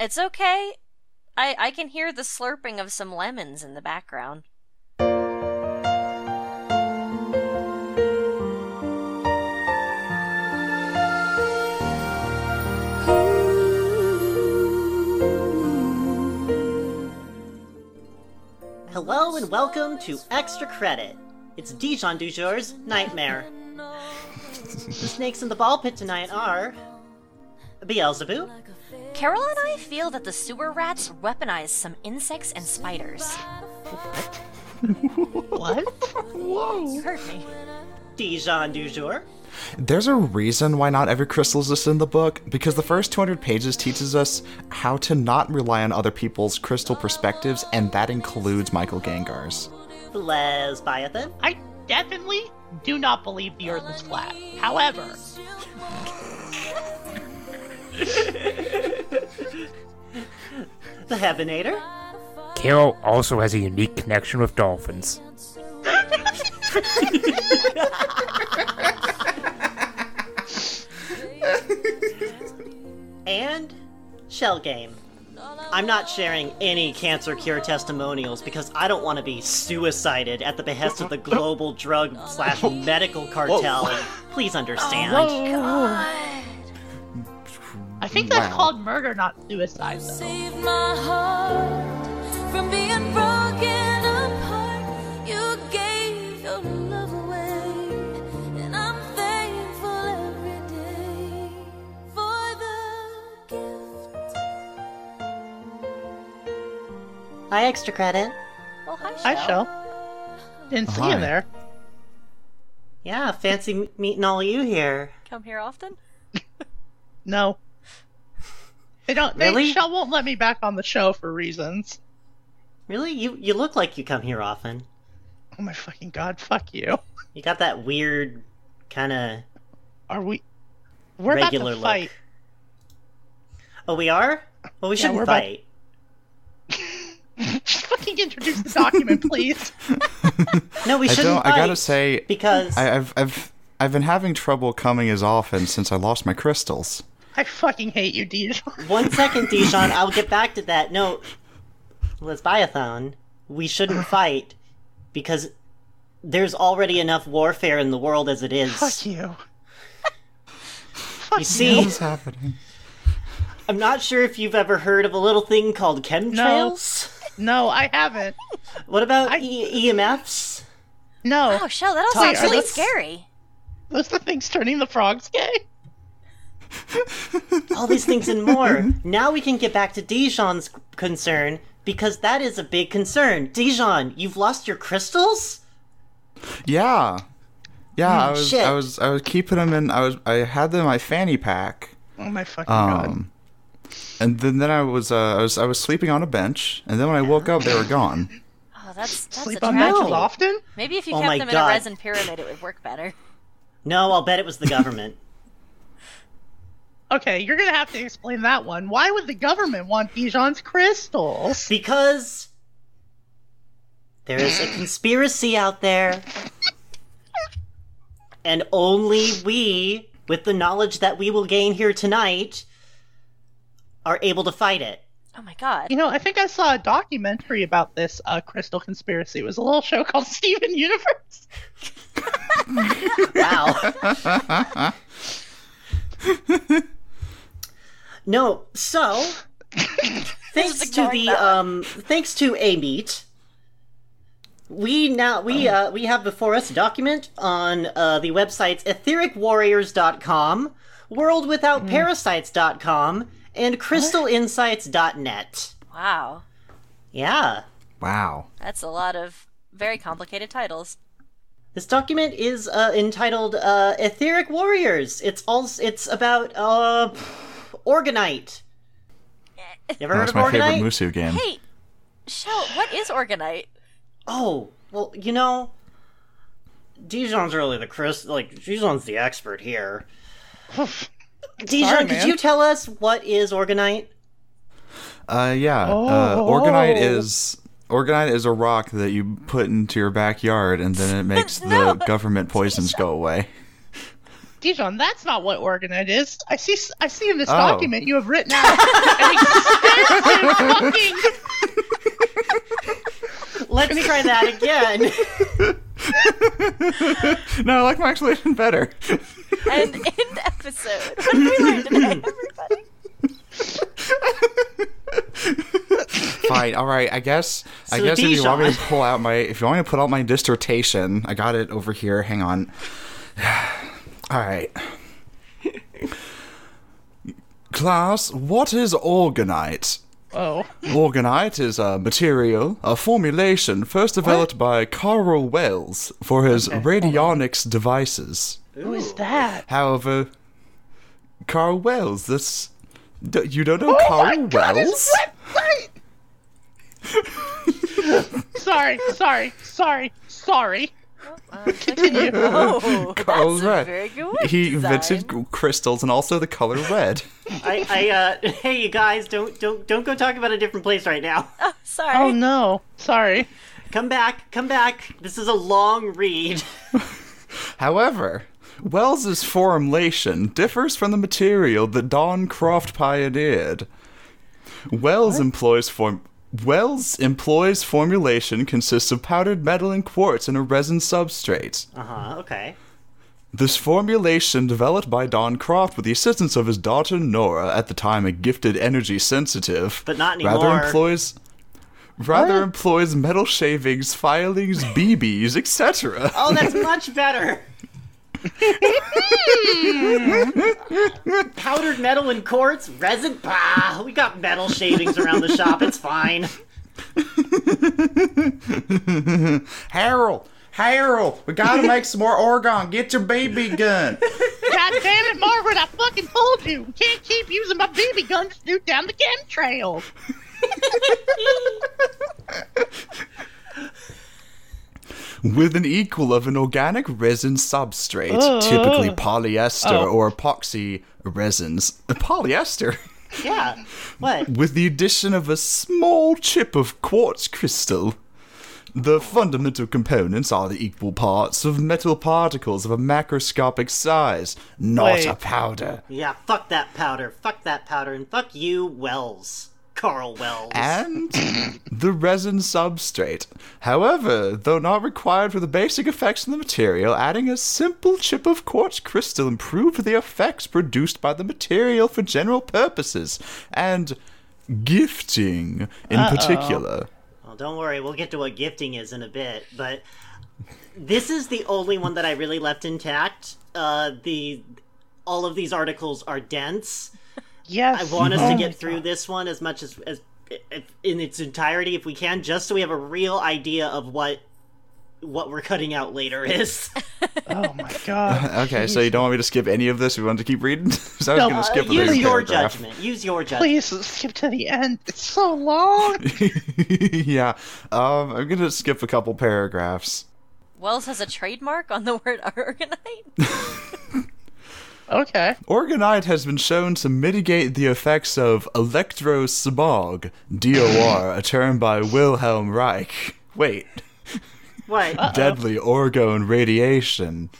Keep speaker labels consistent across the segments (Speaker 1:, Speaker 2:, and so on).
Speaker 1: It's okay. I I can hear the slurping of some lemons in the background.
Speaker 2: Hello and welcome to Extra Credit. It's Dijon Dujour's Nightmare. the snakes in the ball pit tonight are. Beelzebub,
Speaker 1: Carol and I feel that the sewer rats weaponize some insects and spiders.
Speaker 2: what?
Speaker 1: You heard me.
Speaker 2: Dijon Dujour,
Speaker 3: There's a reason why not every crystal is listed in the book, because the first 200 pages teaches us how to not rely on other people's crystal perspectives, and that includes Michael Gangar's.
Speaker 2: Lesbiathan,
Speaker 4: I definitely do not believe the Earth is flat. However,
Speaker 2: the Heavenator,
Speaker 5: Carol also has a unique connection with dolphins.
Speaker 2: and Shell Game. I'm not sharing any cancer cure testimonials because I don't want to be suicided at the behest of the global drug slash medical cartel. Please understand.
Speaker 4: I think that's
Speaker 3: Wow.
Speaker 4: called murder, not suicide. Though.
Speaker 6: Save my heart from being broken apart. You gave your love away, and I'm thankful every day for the gift.
Speaker 2: Hi, Extra Credit.
Speaker 1: Well, hi, Shell.
Speaker 4: Hi, Shell. Didn't see
Speaker 3: Hi.
Speaker 4: you there.
Speaker 2: Yeah, fancy m- meeting all you here.
Speaker 1: Come here often?
Speaker 4: No. They don't. They,
Speaker 2: Really?
Speaker 4: Shell won't let me back on the show for reasons.
Speaker 2: Really? You you look like you come here often.
Speaker 4: Oh my fucking god! Fuck you.
Speaker 2: You got that weird kind of
Speaker 4: Are we? We're
Speaker 2: regular
Speaker 4: about to
Speaker 2: look.
Speaker 4: fight.
Speaker 2: Oh, we are? Well, we
Speaker 4: Yeah,
Speaker 2: shouldn't
Speaker 4: we're about-
Speaker 2: fight.
Speaker 4: Just fucking introduce the document, please.
Speaker 2: No, we
Speaker 3: I
Speaker 2: shouldn't
Speaker 3: don't.
Speaker 2: fight.
Speaker 3: I gotta say,
Speaker 2: because
Speaker 3: I, I've, I've, I've been having trouble coming as often since I lost my crystals.
Speaker 4: I fucking hate you, Dijon.
Speaker 2: one second, Dijon, I'll get back to that. No, Lesbiathan, we shouldn't fight because there's already enough warfare in the world as it
Speaker 4: Fuck
Speaker 2: is.
Speaker 4: you. Fuck
Speaker 2: You see,
Speaker 3: What's happening?
Speaker 2: I'm not sure if you've ever heard of a little thing called chemtrails.
Speaker 4: No, I haven't.
Speaker 2: What about
Speaker 4: I-
Speaker 2: e- EMFs?
Speaker 4: No.
Speaker 1: Oh, Shell, that all
Speaker 2: Ty,
Speaker 1: sounds
Speaker 2: are
Speaker 1: really
Speaker 2: those-
Speaker 1: scary.
Speaker 4: Those the things turning the frogs gay?
Speaker 2: all these things and more. Now we can get back to Dijon's concern because that is a big concern. Dijon, you've lost your crystals?
Speaker 3: Yeah, yeah. I was,
Speaker 2: shit.
Speaker 3: I was, I was keeping them in. I was, I had them in my fanny pack.
Speaker 4: Oh my fucking god.
Speaker 3: Um, and then, then I was, uh, I was, I was sleeping on a bench, and then when I woke up, they were gone.
Speaker 1: Oh, that's that's
Speaker 4: Sleep
Speaker 1: a
Speaker 4: on
Speaker 1: tragedy.
Speaker 4: matches often?
Speaker 1: Maybe if you
Speaker 2: Oh
Speaker 1: kept
Speaker 2: my
Speaker 1: them in
Speaker 2: God.
Speaker 1: a resin pyramid, it would work better.
Speaker 2: No, I'll bet it was the government.
Speaker 4: Okay, you're gonna have to explain that one. Why would the government want Dijon's crystals?
Speaker 2: because there is a conspiracy out there. And only we, with the knowledge that we will gain here tonight, are able to fight it.
Speaker 1: Oh my god.
Speaker 4: You know, I think I saw a documentary about this uh, crystal conspiracy. It was a little show called Steven Universe.
Speaker 2: Wow. no, so thanks to the um thanks to a meet we now we uh we have before us a document on uh the websites ethericwarriors.com worldwithoutparasites.com and crystalinsights.net
Speaker 1: Wow.
Speaker 2: yeah
Speaker 3: Wow.
Speaker 1: That's a lot of very complicated titles.
Speaker 2: This document is uh, entitled uh, "Etheric Warriors." It's all it's about uh, Organite. You ever heard
Speaker 3: That's
Speaker 2: of
Speaker 3: my favorite
Speaker 2: Organite?
Speaker 3: Musu game.
Speaker 1: Hey, Shell, what is Organite?
Speaker 2: Oh, well, you know, Dijon's really the Chris. Like Dijon's the expert here. Dijon,
Speaker 4: Sorry,
Speaker 2: could
Speaker 4: man.
Speaker 2: you tell us what is Organite?
Speaker 3: Uh, yeah. Uh, organite is organite is a rock that you put into your backyard, and then it makes the government poisons go away.
Speaker 4: Dijon, that's not what organite is. I see. I see in this
Speaker 3: Oh.
Speaker 4: document you have written out an extensive fucking
Speaker 2: Let's try that again.
Speaker 3: No, I like my explanation better.
Speaker 1: And end episode. What did we learn today, everybody?
Speaker 3: Fine. All right. I guess. I
Speaker 2: So
Speaker 3: guess if you want me to
Speaker 2: Dijon.
Speaker 3: pull out my, if you want me to put out my dissertation, I got it over here. Hang on. All right. Class, what is organite?
Speaker 4: Oh,
Speaker 3: Organite is a material, a formulation first developed by Carl Wells for his radionics devices.
Speaker 4: who is that?
Speaker 3: However, Carl Wells, this. D- you don't know Carl
Speaker 4: my God,
Speaker 3: Oh, Wells?
Speaker 4: his website! sorry, sorry, sorry, sorry. Continue.
Speaker 1: Oh,
Speaker 3: Carl
Speaker 1: that's a
Speaker 3: Red.
Speaker 1: very good web
Speaker 3: He invented
Speaker 1: design.
Speaker 3: g- crystals and also the color red.
Speaker 2: I, I uh, hey, you guys, don't don't don't go talk about a different place right now.
Speaker 1: Sorry.
Speaker 4: Oh no, sorry.
Speaker 2: Come back, come back. This is a long read.
Speaker 3: However, Wells's formulation differs from the material that Don Croft pioneered. Wells employs form Wells employs formulation consists of powdered metal and quartz in a resin substrate.
Speaker 2: Uh huh. Okay.
Speaker 3: This formulation, developed by Don Croft with the assistance of his daughter Nora, at the time a gifted energy sensitive,
Speaker 2: But not anymore.
Speaker 3: Rather employs, rather employs metal shavings, filings, BBs, etc.
Speaker 2: Oh, that's much better. Powdered metal and quartz, resin. Bah, we got metal shavings around the shop. It's fine.
Speaker 3: Harold, Harold, we gotta make some more Oregon. Get your BB gun.
Speaker 4: God damn it, Margaret, I fucking told you. Can't keep using my BB gun to shoot down the chemtrail.
Speaker 3: With an equal of an organic resin substrate, typically polyester or epoxy resins. Polyester?
Speaker 2: Yeah. What?
Speaker 3: with the addition of a small chip of quartz crystal. The fundamental components are the equal parts of metal particles of a macroscopic size, not
Speaker 4: Wait.
Speaker 3: a powder.
Speaker 2: Yeah. Fuck that powder. Fuck that powder, and fuck you, Wells, Carl Wells.
Speaker 3: And the resin substrate. However, though not required for the basic effects of the material, adding a simple chip of quartz crystal improved the effects produced by the material for general purposes, and gifting in particular.
Speaker 2: Well, don't worry, we'll get to what gifting is in a bit, but this is the only one that I really left intact. Uh, the all of these articles are dense.
Speaker 4: Yes. Oh,
Speaker 2: I want us to get through this one as much as, as if- in its entirety if we can, just so we have a real idea of what what we're cutting out later is.
Speaker 4: Oh my god.
Speaker 3: Okay, so you don't want me to skip any of this? We want to keep reading? 'Cause I was
Speaker 4: No,
Speaker 3: going
Speaker 4: uh,
Speaker 3: to skip the
Speaker 2: Use
Speaker 3: next
Speaker 2: your
Speaker 3: paragraph.
Speaker 2: judgment. Use your judgment.
Speaker 4: Please skip to the end. It's so long.
Speaker 3: yeah, um, I'm going to skip a couple paragraphs.
Speaker 1: Wells has a trademark on the word organite.
Speaker 4: Okay.
Speaker 3: Organite has been shown to mitigate the effects of electrosmog, DOR, a term by Wilhelm Reich. Wait,
Speaker 2: What?
Speaker 4: Uh,
Speaker 3: deadly orgone radiation,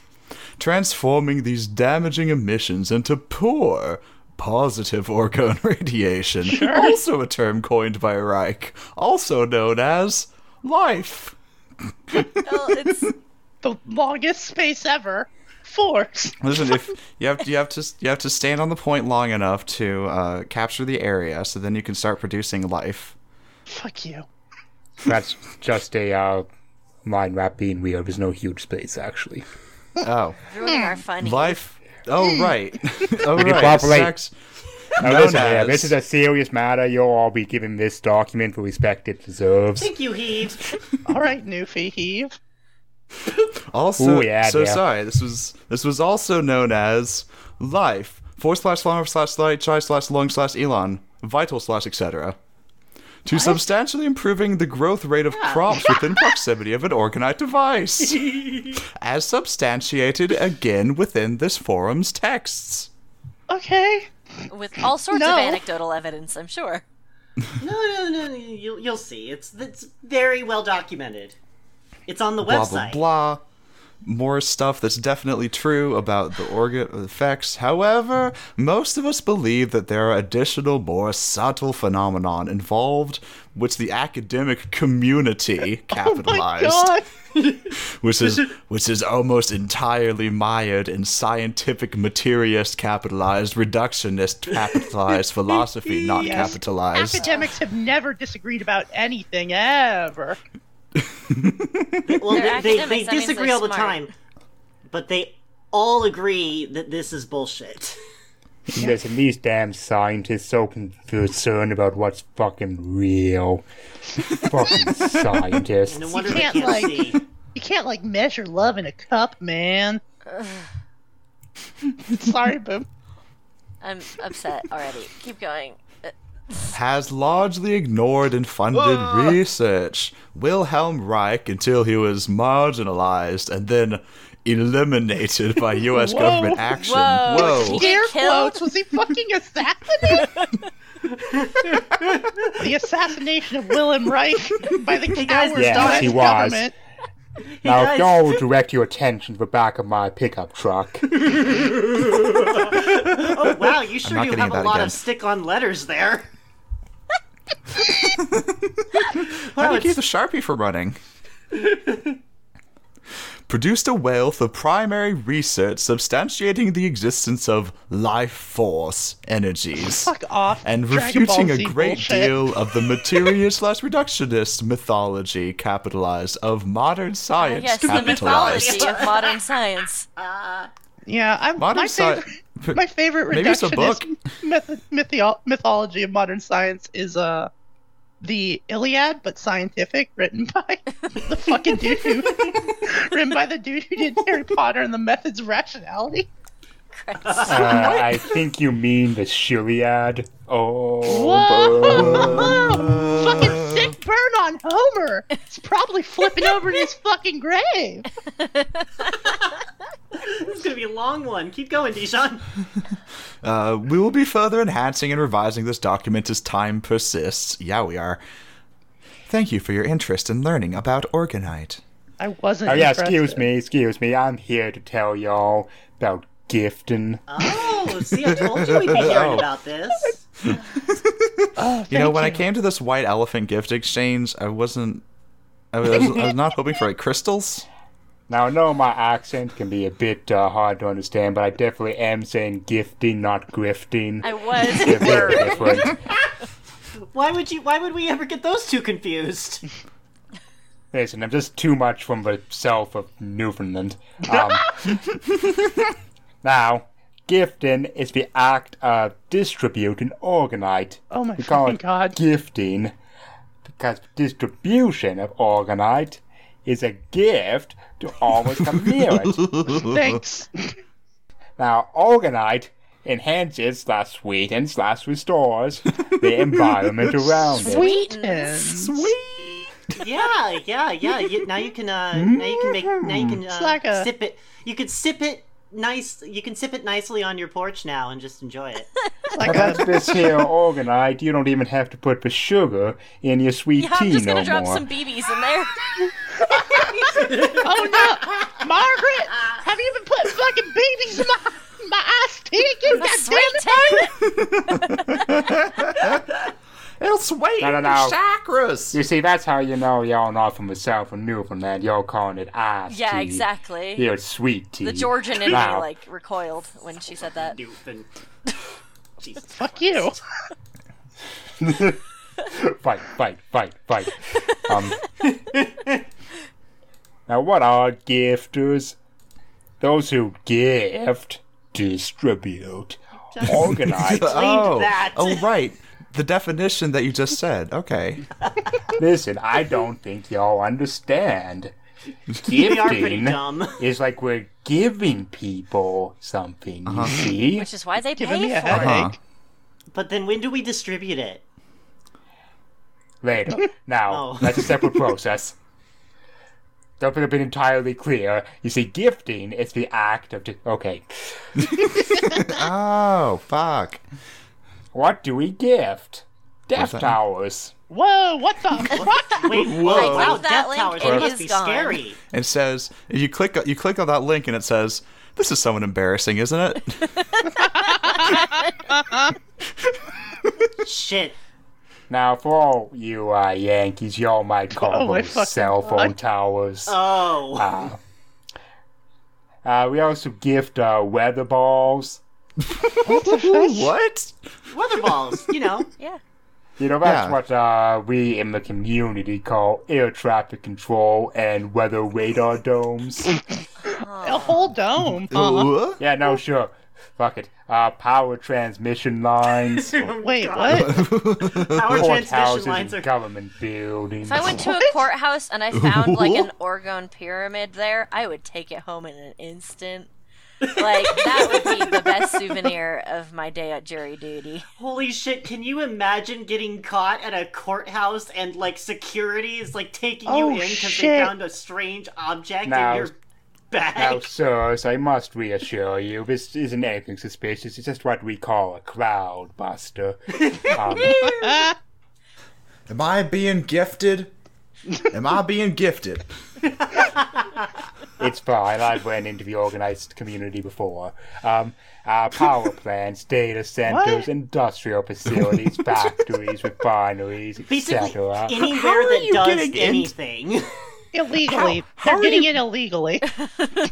Speaker 3: transforming these damaging emissions into poor, positive orgone radiation, also a term coined by Reich, also known as life.
Speaker 1: well, it's
Speaker 4: The longest space ever. Force.
Speaker 3: Listen, if you have you have to you have to stand on the point long enough to uh, capture the area, so then you can start producing life.
Speaker 4: Fuck you.
Speaker 5: That's just a uh, line wrap being weird. There's no huge space, actually.
Speaker 3: Oh,
Speaker 1: ruining our fun.
Speaker 3: life. Oh right. oh
Speaker 5: can
Speaker 3: right.
Speaker 5: cooperate.
Speaker 3: Sex.
Speaker 5: Now,
Speaker 3: Known
Speaker 5: listen, yeah, this
Speaker 3: as-
Speaker 5: is a serious matter. You'll all be giving this document the respect it deserves.
Speaker 2: Thank you, Heave.
Speaker 4: All right, Newfie Heave.
Speaker 3: Also,
Speaker 5: Ooh, yeah,
Speaker 3: so
Speaker 5: yeah.
Speaker 3: sorry. This was this was also known as life. Four slash long slash light chi slash lung slash elon vital slash etc. To substantially improving the growth rate of crops within proximity of an organite device, as substantiated again within this forum's texts.
Speaker 4: Okay.
Speaker 1: With all sorts
Speaker 4: No.
Speaker 1: of anecdotal evidence, I'm sure.
Speaker 2: No, no, no. no, You'll, you'll see. It's it's very well documented. It's on the
Speaker 3: Blah
Speaker 2: website.
Speaker 3: blah blah. more stuff that's definitely true about the organ effects. However, most of us believe that there are additional, more subtle phenomenon involved, which the academic community capitalized,
Speaker 4: God.
Speaker 3: which is which is almost entirely mired in scientific materialist capitalized, reductionist capitalized philosophy, not
Speaker 4: Yes.
Speaker 3: capitalized.
Speaker 4: Academics have never disagreed about anything ever.
Speaker 2: Well,
Speaker 1: They're
Speaker 2: they, they, they
Speaker 1: academics, that means
Speaker 2: disagree
Speaker 1: they're
Speaker 2: all the
Speaker 1: smart.
Speaker 2: time, but they all agree that this is bullshit.
Speaker 5: Listen, these damn scientists so con- concerned about what's fucking real. fucking scientists.
Speaker 2: No wonder
Speaker 4: can't,
Speaker 2: they can't
Speaker 4: like-
Speaker 2: see.
Speaker 4: You can't like measure love in a cup, man. Sorry, boom.
Speaker 1: I'm upset already. Keep going. Uh,
Speaker 3: has largely ignored and funded research. Wilhelm Reich until he was marginalized and then eliminated by US government action.
Speaker 1: Whoa.
Speaker 3: Whoa.
Speaker 4: Scare
Speaker 1: killed?
Speaker 4: quotes. Was he fucking assassinated? the assassination of Willem Reich by the
Speaker 2: guys,
Speaker 4: coward
Speaker 5: Yes,
Speaker 4: Dutch
Speaker 5: he was.
Speaker 4: government.
Speaker 5: Now
Speaker 2: guys-
Speaker 5: don't direct your attention to the back of my pickup truck.
Speaker 2: Oh wow, you sure
Speaker 3: not
Speaker 2: do
Speaker 3: getting
Speaker 2: have a
Speaker 3: that
Speaker 2: lot
Speaker 3: again.
Speaker 2: of stick-on letters there.
Speaker 3: How do you keep the Sharpie from running? Produced a wealth of primary research substantiating the existence of life force energies.
Speaker 4: Fuck off.
Speaker 3: and
Speaker 4: Dragon Ball
Speaker 3: refuting a
Speaker 4: Z
Speaker 3: great
Speaker 4: bullshit.
Speaker 3: deal of the material slash reductionist mythology capitalized of modern science
Speaker 1: Ah, yes, the
Speaker 3: capitalized.
Speaker 1: mythology of modern science.
Speaker 4: Yeah, I'm,
Speaker 3: Modern
Speaker 4: my,
Speaker 3: sci-
Speaker 4: favorite, my favorite
Speaker 3: Maybe it's a
Speaker 4: reductionist
Speaker 3: book.
Speaker 4: myth- mythio- mythology of modern science is uh, the Iliad, but scientific, written by the fucking dude who, written by the dude who did Harry Potter and the Methods of Rationality.
Speaker 5: Uh, I think you mean the Shiliad. Oh,
Speaker 4: Whoa! fucking sick burn on Homer. It's probably flipping over in his fucking grave.
Speaker 2: This is gonna be a long one. Keep going, Dijon.
Speaker 3: Uh, we will be further enhancing and revising this document as time persists. Yeah, we are. Thank you for your interest in learning about organite.
Speaker 4: I wasn't.
Speaker 5: Oh yeah,
Speaker 4: impressed.
Speaker 5: excuse me, excuse me. I'm here to tell y'all about gifting.
Speaker 2: Oh, see, I told you we'd be hearing about this.
Speaker 4: Oh,
Speaker 3: You know,
Speaker 4: thank
Speaker 3: when I came to this white elephant gift exchange, I wasn't. I was, I was, I was not hoping for like crystals.
Speaker 5: Now I know my accent can be a bit uh, hard to understand, but I definitely am saying gifting, not grifting.
Speaker 1: I
Speaker 5: They're
Speaker 1: was
Speaker 5: very different.
Speaker 2: Why would you? Why would we ever get those two confused?
Speaker 5: Listen, I'm just too much from the south of Newfoundland. Um, now, gifting is the act of distributing organite.
Speaker 4: Oh my
Speaker 5: We call
Speaker 4: fucking
Speaker 5: it
Speaker 4: God.
Speaker 5: Gifting, because distribution of organite is a gift to all who come near it.
Speaker 4: Thanks.
Speaker 5: Now, organite enhances slash sweetens slash restores the environment around it.
Speaker 4: Sweetens.
Speaker 2: Yeah, yeah, yeah. You, now you can. Uh, now you can make. Now you can uh,
Speaker 4: like a-
Speaker 2: sip it. You can sip it nice. You can sip it nicely on your porch now and just enjoy it.
Speaker 4: Like
Speaker 5: That's
Speaker 4: a,
Speaker 5: this here organite. You don't even have to put the sugar in your sweet
Speaker 1: Yeah,
Speaker 5: tea
Speaker 1: I'm just
Speaker 5: E no
Speaker 1: gonna drop
Speaker 5: more.
Speaker 1: some BBs in there.
Speaker 4: oh no, Margaret, have you been putting fucking babies in my my iced tea again? God damn
Speaker 1: Sweet
Speaker 4: it!
Speaker 1: tea.
Speaker 3: It'll sway
Speaker 5: No, no,
Speaker 3: your
Speaker 5: no.
Speaker 3: chakras.
Speaker 5: You see, that's how you know y'all not from the south of Newfoundland. Y'all calling it ice
Speaker 1: Yeah,
Speaker 5: tea.
Speaker 1: exactly.
Speaker 5: Here it's sweet tea.
Speaker 1: The Georgian in me
Speaker 5: Wow.
Speaker 1: like recoiled when she said that.
Speaker 2: Doofin. Jesus.
Speaker 4: Fuck you.
Speaker 5: fight, fight, fight, fight. Um, now, what are gifters? Those who gift, distribute, organize.
Speaker 3: oh,
Speaker 2: that.
Speaker 3: oh, right. The definition that you just said. Okay.
Speaker 5: Listen, I don't think y'all understand. Gifting
Speaker 2: We are pretty dumb.
Speaker 5: is like we're giving people something. You see,
Speaker 1: Which is why they
Speaker 4: Giving me
Speaker 1: pay
Speaker 4: a
Speaker 1: for it.
Speaker 4: headache.
Speaker 2: But then when do we distribute it?
Speaker 5: later. Now,
Speaker 2: Oh.
Speaker 5: that's a separate process. Don't think I've been entirely clear. You see, gifting is the act of. Di- okay,
Speaker 3: Oh, fuck.
Speaker 5: what do we gift? Death
Speaker 3: that?
Speaker 5: Towers.
Speaker 4: Whoa, what the fuck?
Speaker 2: Wait,
Speaker 3: Whoa.
Speaker 1: I
Speaker 2: wow,
Speaker 1: clicked that
Speaker 2: Death
Speaker 1: link,
Speaker 2: Towers
Speaker 1: it
Speaker 2: must
Speaker 1: is
Speaker 2: be
Speaker 1: gone.
Speaker 2: scary.
Speaker 3: It says you click you click on that link and it says this is somewhat embarrassing, isn't it?
Speaker 2: Shit.
Speaker 5: Now, for all you uh, Yankees, y'all might
Speaker 4: Oh,
Speaker 5: call
Speaker 4: my
Speaker 5: those
Speaker 4: fucking
Speaker 5: cell phone
Speaker 4: God.
Speaker 5: towers.
Speaker 2: Oh.
Speaker 5: Uh, we also gift uh, weather balls.
Speaker 3: what?
Speaker 2: Weather balls, you know.
Speaker 1: Yeah.
Speaker 5: You know, that's
Speaker 3: Yeah.
Speaker 5: what uh, we in the community call air traffic control and weather radar domes.
Speaker 4: A whole dome.
Speaker 1: Uh-huh.
Speaker 4: huh?
Speaker 3: What?
Speaker 5: yeah, no, sure. Fuck it. Uh, power transmission lines,
Speaker 4: Wait, what?
Speaker 2: Power transmission
Speaker 5: courthouses,
Speaker 2: lines are.
Speaker 5: and government buildings.
Speaker 1: If I went to a courthouse and I found like an Oregon pyramid there, I would take it home in an instant. Like that would be the best souvenir of my day at jury duty.
Speaker 2: Holy shit, can you imagine getting caught at a courthouse and, like, security is, like, taking
Speaker 4: Oh,
Speaker 2: you in because they
Speaker 4: shit.
Speaker 2: found a strange object
Speaker 5: Now-
Speaker 2: in your bag?
Speaker 5: Now, sirs, I must reassure you, this isn't anything suspicious. It's just what we call a crowd buster. Um,
Speaker 3: Am I being gifted? Am I being gifted?
Speaker 5: it's fine. I've run into the organized community before. Um, our power plants, data centers,
Speaker 4: What?
Speaker 5: industrial facilities, factories, refineries,
Speaker 2: Basically,
Speaker 5: etc.
Speaker 2: anywhere
Speaker 3: are
Speaker 2: that
Speaker 3: you
Speaker 2: does
Speaker 3: getting in-
Speaker 2: anything.
Speaker 4: illegally. They're getting it illegally.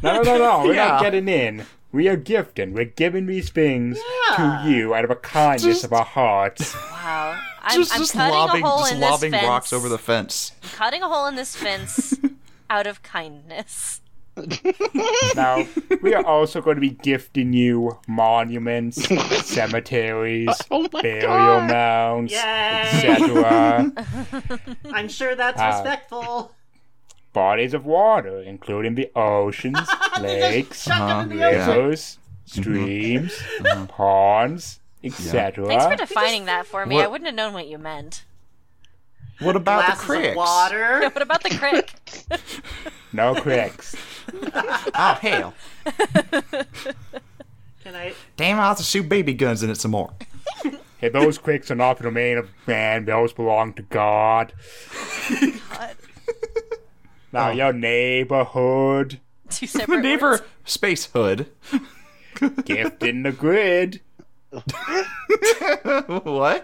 Speaker 5: No, no, no, we're
Speaker 3: Yeah.
Speaker 5: not getting in. We are gifting. We're giving these things to you out of a kindness of our hearts.
Speaker 1: Wow. I'm,
Speaker 3: Just,
Speaker 1: I'm
Speaker 3: just
Speaker 1: cutting
Speaker 3: lobbing,
Speaker 1: a hole
Speaker 3: just
Speaker 1: in
Speaker 3: lobbing
Speaker 1: this fence.
Speaker 3: rocks over the fence.
Speaker 1: Cutting a hole in this fence out of kindness.
Speaker 5: Now, we are also going to be gifting you monuments, cemeteries,
Speaker 4: Oh my
Speaker 5: burial
Speaker 4: God.
Speaker 5: mounds,
Speaker 2: Yay!
Speaker 5: etc.
Speaker 2: I'm sure that's respectful.
Speaker 5: Bodies of water, including the oceans, lakes,
Speaker 2: Shut them in the
Speaker 3: Uh-huh,
Speaker 2: ocean.
Speaker 3: yeah. Mm-hmm.
Speaker 5: rivers, streams, ponds,
Speaker 1: Thanks for
Speaker 5: etc.
Speaker 1: defining that for me. I
Speaker 3: What-
Speaker 1: wouldn't have known what you meant.
Speaker 3: What about the
Speaker 2: Glasses
Speaker 3: cricks?
Speaker 2: of water.
Speaker 1: What about the crick?
Speaker 5: No cricks.
Speaker 3: Oh hell!
Speaker 2: Can I?
Speaker 3: Damn, I'll have to shoot baby guns in it some more.
Speaker 5: Hey, those cricks are not the domain of man. Those belong to God. Now,
Speaker 3: Oh.
Speaker 5: your neighborhood,
Speaker 1: Two separate
Speaker 3: Neighbor
Speaker 1: words.
Speaker 3: space hood.
Speaker 5: gift in the grid.
Speaker 3: what?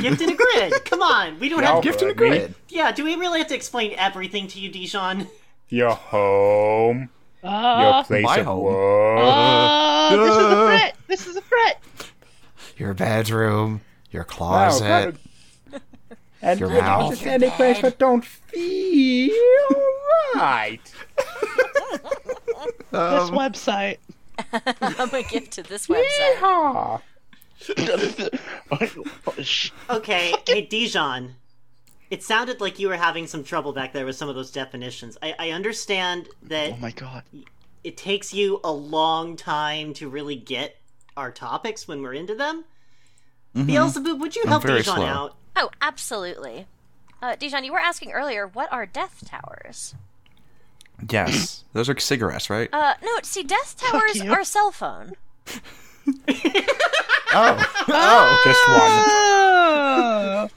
Speaker 2: Gift in a grid. Come on, we don't have.
Speaker 5: Now,
Speaker 3: Gift in a
Speaker 5: buddy,
Speaker 3: grid.
Speaker 2: Yeah, do we really have to explain everything to you, Dijon?
Speaker 5: Your home.
Speaker 4: Uh,
Speaker 5: your place
Speaker 3: My
Speaker 5: of
Speaker 3: home.
Speaker 5: work.
Speaker 4: uh, this is
Speaker 3: Duh.
Speaker 4: a threat. This is a threat.
Speaker 3: Your bedroom. Your
Speaker 5: Wow,
Speaker 3: closet.
Speaker 5: kind of- and
Speaker 3: Your
Speaker 5: you know,
Speaker 3: mouth.
Speaker 5: just any place that don't feel right.
Speaker 4: this website.
Speaker 1: I'm a gift to this website.
Speaker 5: Ah,
Speaker 2: Okay, hey Dijon. It sounded like you were having some trouble back there with some of those definitions. I, I understand that
Speaker 4: oh my god.
Speaker 2: it takes you a long time to really get our topics when we're into them.
Speaker 4: Mm-hmm.
Speaker 2: Beelzebub, would you help
Speaker 3: very
Speaker 2: Dijon
Speaker 3: slow.
Speaker 2: out?
Speaker 1: Oh, absolutely. Uh, Dijon, you were asking earlier, what are death towers?
Speaker 3: Yes, those are cigarettes, right?
Speaker 1: Uh, no, see, death towers
Speaker 4: you.
Speaker 1: are cell phone.
Speaker 3: Oh.
Speaker 5: just one.
Speaker 4: Oh.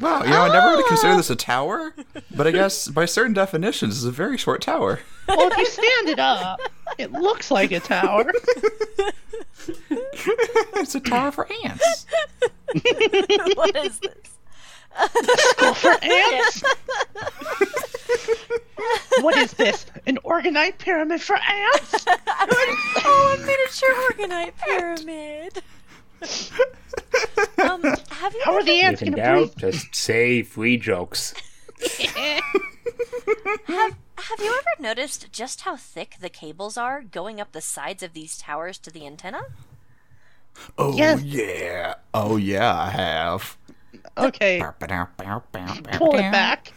Speaker 3: Wow, you know, I never would have considered this a tower, but I guess by certain definitions, it's a very short tower.
Speaker 4: well, if you stand it up, it looks like a tower.
Speaker 3: It's a tower for ants.
Speaker 1: what is this?
Speaker 4: Ants. what is this? An organized pyramid for ants?
Speaker 1: oh, I'm pretty sure organite pyramid. um, have you?
Speaker 4: How Oh, are the
Speaker 5: If
Speaker 4: ants
Speaker 5: in
Speaker 4: going to
Speaker 5: doubt,
Speaker 4: breathe?
Speaker 5: just say free jokes.
Speaker 1: Have you ever noticed just how thick the cables are going up the sides of these towers to the antenna?
Speaker 3: Oh
Speaker 4: Yes.
Speaker 3: yeah. Oh yeah, I have.
Speaker 4: Okay, pull it back.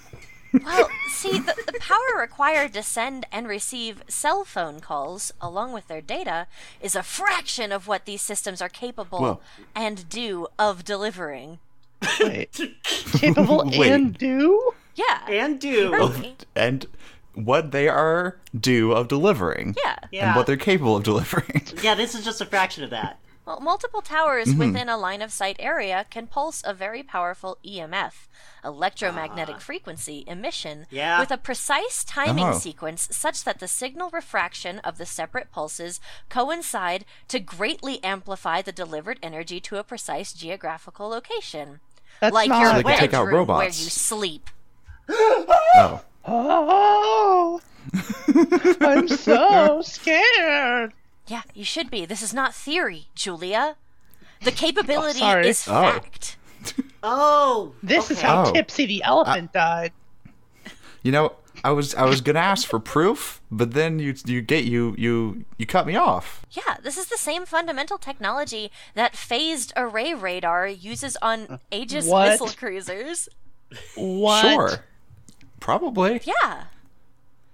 Speaker 1: Well, see, the, the power required to send and receive cell phone calls, along with their data, is a fraction of what these systems are capable
Speaker 3: Whoa.
Speaker 1: and do of delivering.
Speaker 4: Wait. Capable
Speaker 3: Wait.
Speaker 4: and do?
Speaker 1: Yeah.
Speaker 2: And
Speaker 4: Oh.
Speaker 2: do.
Speaker 1: apparently.
Speaker 3: And what they are due of delivering.
Speaker 1: Yeah.
Speaker 2: Yeah.
Speaker 3: And what they're capable of delivering.
Speaker 2: yeah, this is just a fraction of that.
Speaker 1: Well, multiple towers
Speaker 3: Mm-hmm.
Speaker 1: within a line of sight area can pulse a very powerful EMF, electromagnetic frequency emission,
Speaker 2: Yeah.
Speaker 1: with a precise timing
Speaker 3: Oh.
Speaker 1: sequence such that the signal refraction of the separate pulses coincide to greatly amplify the delivered energy to a precise geographical location.
Speaker 4: That's
Speaker 1: like
Speaker 4: not.
Speaker 1: your
Speaker 3: So they can
Speaker 1: bedroom
Speaker 3: take out
Speaker 1: where you
Speaker 3: robots.
Speaker 1: sleep.
Speaker 3: Oh.
Speaker 4: Oh, I'm so scared.
Speaker 1: Yeah, you should be. This is not theory, Julia. The capability
Speaker 4: sorry.
Speaker 1: is
Speaker 3: Oh.
Speaker 1: fact.
Speaker 2: Oh,
Speaker 4: This is
Speaker 2: okay.
Speaker 4: how
Speaker 3: Oh.
Speaker 4: Tipsy the elephant died.
Speaker 3: You know, I was I was gonna ask for proof, but then you you get you you you cut me off.
Speaker 1: Yeah, this is the same fundamental technology that phased array radar uses on Aegis
Speaker 4: What?
Speaker 1: missile cruisers.
Speaker 4: What?
Speaker 3: Sure. Probably.
Speaker 1: Yeah.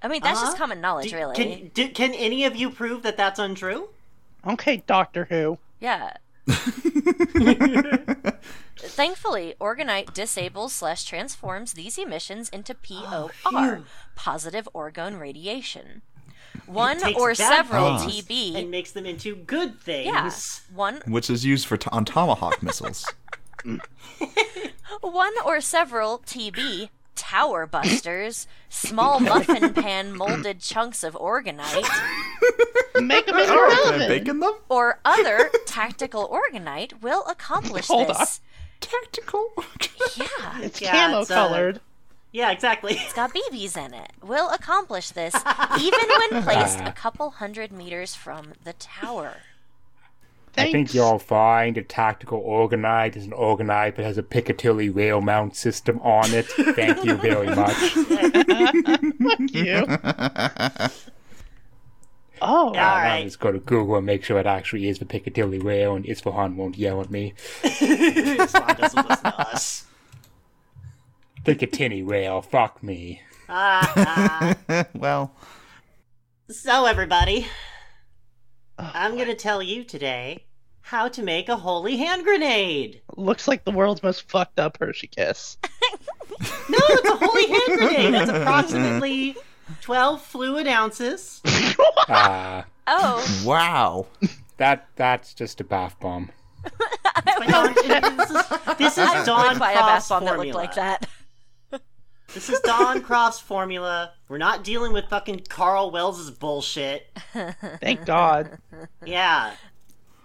Speaker 1: I mean, that's just
Speaker 2: Uh-huh.
Speaker 1: common knowledge,
Speaker 2: Do-
Speaker 1: really.
Speaker 2: Can, do, can any of you prove that that's untrue?
Speaker 4: Okay, Doctor Who.
Speaker 1: Yeah. Thankfully, Organite disables slash transforms these emissions into POR,
Speaker 2: Oh,
Speaker 1: positive orgone radiation. One
Speaker 2: takes
Speaker 1: or
Speaker 2: bad
Speaker 1: several
Speaker 2: things
Speaker 1: TB.
Speaker 2: And makes them into good things.
Speaker 1: yeah, one
Speaker 3: Which is used for t- on tomahawk missiles.
Speaker 1: one or several TB tower busters, small muffin pan molded chunks of organite,
Speaker 4: Make him
Speaker 3: Am I
Speaker 4: irrelevant.
Speaker 3: baking them?
Speaker 1: or other tactical organite will accomplish
Speaker 4: Hold on.
Speaker 1: this.
Speaker 3: Tactical.
Speaker 1: Yeah,
Speaker 4: It's
Speaker 2: Yeah,
Speaker 4: camo
Speaker 2: it's, uh,
Speaker 4: colored.
Speaker 2: Yeah, exactly.
Speaker 1: it's got BBs in it. Will accomplish this even when placed
Speaker 4: Uh.
Speaker 1: a couple hundred meters from the tower.
Speaker 4: Thanks.
Speaker 5: I think you'll find a tactical organite is an organite that has a Piccadilly rail mount system on it. Thank you very much.
Speaker 4: you. oh,
Speaker 2: All
Speaker 5: And I'll
Speaker 2: right.
Speaker 5: just go to Google and make sure it actually is the Piccadilly rail and Isfahan won't yell at me.
Speaker 2: Spawn doesn't listen to us.
Speaker 5: Picatinny rail, fuck me.
Speaker 2: Ah,
Speaker 3: well,
Speaker 2: So, everybody, I'm going to tell you today how to make a holy hand grenade.
Speaker 4: looks like the world's most fucked up Hershey Kiss.
Speaker 2: No, it's a holy hand grenade. It's approximately 12 fluid ounces.
Speaker 5: Ah,
Speaker 1: Oh,
Speaker 3: wow.
Speaker 5: that that's just a bath bomb.
Speaker 2: But Dawn- this is, this is Dawn
Speaker 1: I'd buy a bath
Speaker 2: Croft's
Speaker 1: bomb that looked
Speaker 2: formula.
Speaker 1: like that.
Speaker 2: This is Don Croft's formula. We're not dealing with fucking Carl Wells' bullshit.
Speaker 4: Thank God.
Speaker 2: Yeah.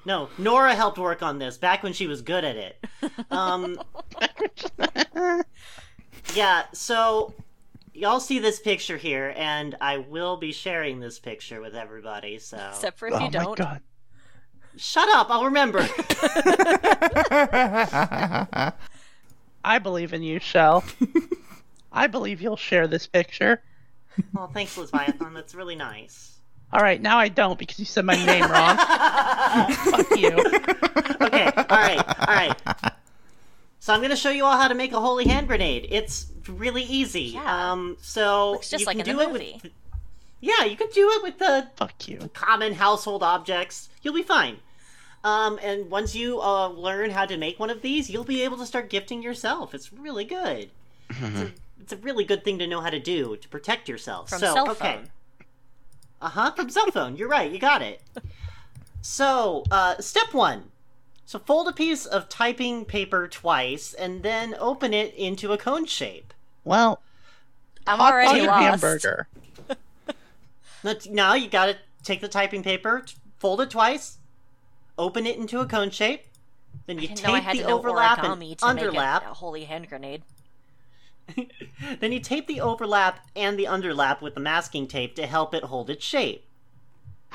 Speaker 2: No, Nora helped work on this back when she was good at it. Um, yeah, so y'all see this picture here, and I will be sharing this picture with everybody, so.
Speaker 1: Except for if
Speaker 4: oh
Speaker 1: you
Speaker 4: my
Speaker 1: don't.
Speaker 4: God.
Speaker 2: Shut up, I'll remember.
Speaker 4: I believe in you, Shell. I believe you'll share this picture.
Speaker 2: well, thanks, Leviathan. That's really nice.
Speaker 4: All right, now I don't because you said my name wrong. Fuck you.
Speaker 2: Okay, alright, alright. So I'm gonna show you all how to make a holy hand grenade. It's really easy.
Speaker 1: Yeah.
Speaker 2: Um, so
Speaker 1: Looks just
Speaker 2: you
Speaker 1: like
Speaker 2: can
Speaker 1: in
Speaker 2: do
Speaker 1: the
Speaker 2: it
Speaker 1: movie.
Speaker 2: with. Yeah, you can do it with the
Speaker 4: Fuck you.
Speaker 2: common household objects, you'll be fine. Um, and once you uh, learn how to make one of these, you'll be able to start gifting yourself. It's really good. it's, a, it's a really good thing to know how to do to protect yourself.
Speaker 1: From
Speaker 2: so,
Speaker 1: cell
Speaker 2: okay.
Speaker 1: phone.
Speaker 2: Uh huh. From cell phone. You're right. You got it. So, uh, step one. So fold a piece of typing paper twice, and then open it into a cone shape.
Speaker 4: Well,
Speaker 1: I'm
Speaker 4: hot dog
Speaker 1: already
Speaker 4: and
Speaker 1: lost.
Speaker 4: hamburger.
Speaker 2: Let's- Now you gotta take the typing paper, t- fold it twice, open it into a cone shape, then you
Speaker 1: Didn't know I
Speaker 2: tape
Speaker 1: had
Speaker 2: the
Speaker 1: to know
Speaker 2: overlap and
Speaker 1: origami to make
Speaker 2: underlap.
Speaker 1: a, a holy hand grenade.
Speaker 2: Then you tape the overlap and the underlap with the masking tape to help it hold its shape.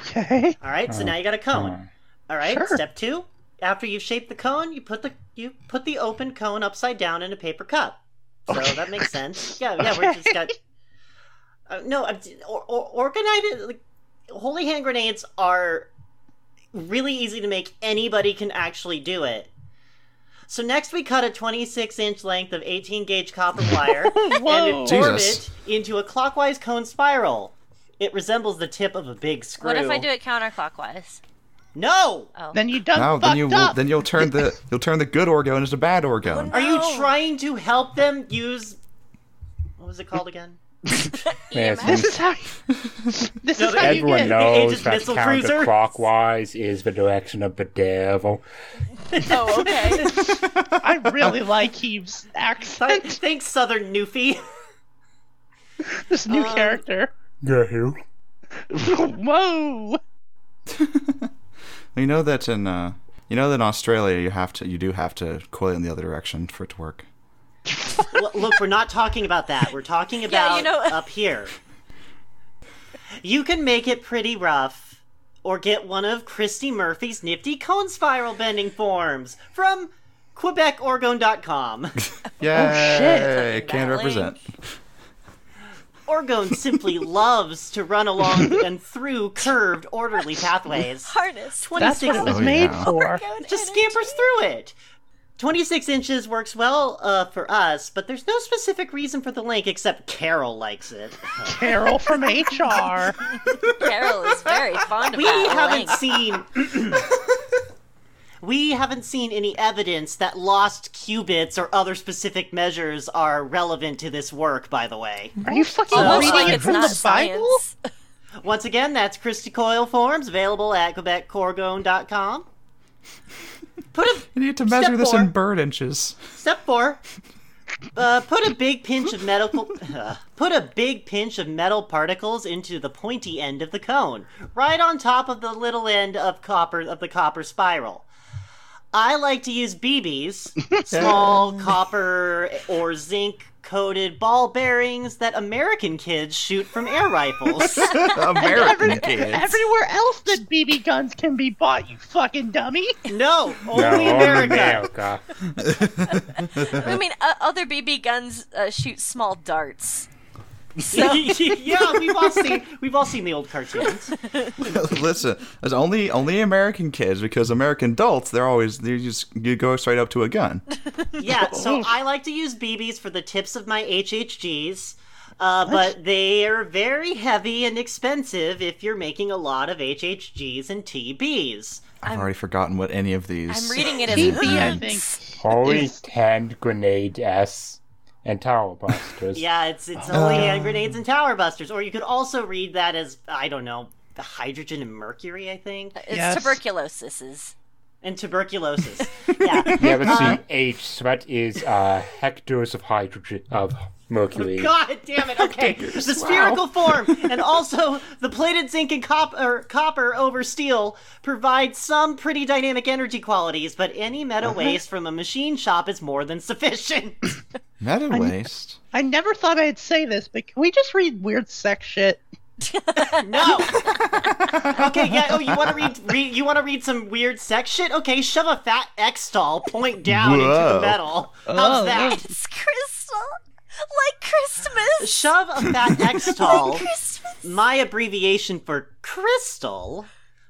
Speaker 4: Okay.
Speaker 2: All right, so now you got a
Speaker 5: oh.
Speaker 2: cone. All right,
Speaker 4: Sure.
Speaker 2: step two. After you've shaped the cone, you put the you put the open cone upside down in a paper cup. So that makes sense. Yeah, yeah, we're just got. Uh, no, I'm- or, or, organized. Like, holy hand grenades are really easy to make. Anybody can actually do it. So next, we cut a 26 inch length of 18 gauge copper wire
Speaker 4: Whoa.
Speaker 2: and form
Speaker 3: Jesus.
Speaker 2: it into a clockwise cone spiral. It resembles the tip of a big screw.
Speaker 1: What if I do it counterclockwise?
Speaker 2: No.
Speaker 1: Oh.
Speaker 4: Then you done
Speaker 3: Now
Speaker 4: fucked
Speaker 3: then you will,
Speaker 4: up.
Speaker 3: then you'll turn the you'll turn the good orgone into bad orgone.
Speaker 2: Are you
Speaker 1: No.
Speaker 2: trying to help them use what was it called again?
Speaker 5: Yes,
Speaker 2: E
Speaker 4: This is how. this is how you
Speaker 5: everyone
Speaker 4: get.
Speaker 5: knows
Speaker 2: Aegis
Speaker 5: that
Speaker 2: missile E cruiser?
Speaker 5: counterclockwise is the direction of the devil.
Speaker 1: Oh, okay.
Speaker 4: I really like Heve's
Speaker 2: Th-
Speaker 4: accent.
Speaker 2: Thanks, Southern Newfie.
Speaker 4: This new character.
Speaker 5: Yeah, who?
Speaker 4: Whoa!
Speaker 3: You know that in uh, you know that in Australia you have to you do have to coil in the other direction for it to
Speaker 1: Oh,
Speaker 3: work.
Speaker 2: L- Look, we're not talking about that. We're talking about
Speaker 1: you know-
Speaker 2: up here. You can make it pretty rough, or get one of Christy Murphy's nifty cone spiral bending forms from QuebecOrgone.com.
Speaker 3: Yay!
Speaker 1: That
Speaker 3: Can't represent.
Speaker 2: Orgone simply loves to run along and through curved, orderly pathways.
Speaker 1: Harness.
Speaker 4: That's
Speaker 2: 26
Speaker 4: what it was
Speaker 3: Oh,
Speaker 4: made
Speaker 3: yeah.
Speaker 4: for.
Speaker 2: just scampers through it. 26 inches works well uh, for us, but there's no specific reason for the link except Carol likes it.
Speaker 4: Carol from HR.
Speaker 1: Carol is very fond of
Speaker 2: We
Speaker 1: that
Speaker 2: haven't
Speaker 1: link.
Speaker 2: seen. we haven't seen any evidence that lost qubits or other specific measures are relevant to this work, by the way.
Speaker 4: Are you fucking
Speaker 1: Almost
Speaker 4: reading
Speaker 1: like
Speaker 4: it
Speaker 1: it's
Speaker 4: from
Speaker 1: not
Speaker 4: the Bible?
Speaker 1: science.
Speaker 2: Once again, that's Christy Coyle Forms, available at QuebecCorgone.com. Put a
Speaker 3: You need to measure this in
Speaker 2: four.
Speaker 3: bird inches.
Speaker 2: Step four. Uh, put a big pinch of medical. Uh, put a big pinch of metal particles into the pointy end of the cone, right on top of the little end of copper of the copper spiral. I like to use BBs, small copper or zinc coated ball bearings that American kids shoot from air rifles.
Speaker 3: American kids.
Speaker 4: Everywhere else that BB guns can be bought, you fucking dummy.
Speaker 2: No, only
Speaker 5: No,
Speaker 2: America.
Speaker 5: America.
Speaker 1: I mean, uh, other BB guns uh, shoot small darts.
Speaker 2: yeah, we've all seen we've all seen the old cartoons.
Speaker 3: Listen, there's only only American kids because American adults they're always they just you go straight up to a gun.
Speaker 2: Yeah, so I like to use BBs for the tips of my HHGs, uh, but they are very heavy and expensive if you're making a lot of HHGs and TBs.
Speaker 3: I've already forgotten what any of these.
Speaker 1: I'm reading it as
Speaker 4: BB, I think.
Speaker 1: meant.
Speaker 5: Always
Speaker 4: Is-
Speaker 5: hand grenade S and tower busters.
Speaker 2: Yeah, it's it's only hand grenades and tower busters, or you could also read that as I don't know, the hydrogen and mercury, I think,
Speaker 1: It's
Speaker 4: Yes.
Speaker 1: tuberculosis. is-
Speaker 2: and tuberculosis. yeah.
Speaker 5: Yeah, but see, H, so that is uh, hectares of hydrogen, of mercury.
Speaker 2: Oh, God damn it! Okay, the spherical form and also the plated zinc and copper copper over steel provide some pretty dynamic energy qualities, but any metal waste from a machine shop is more than sufficient.
Speaker 3: Meta waste.
Speaker 4: I never thought I'd say this, but can we just read weird sex shit?
Speaker 2: no. okay, yeah. Oh, you want to read, read? You want to read some weird sex shit? Okay, shove a fat X doll point down into
Speaker 3: Whoa.
Speaker 2: the metal. How's
Speaker 4: Oh,
Speaker 2: that?
Speaker 1: It's crystal, like Christmas.
Speaker 2: Shove a fat X doll.
Speaker 1: Christmas.
Speaker 2: my abbreviation for crystal,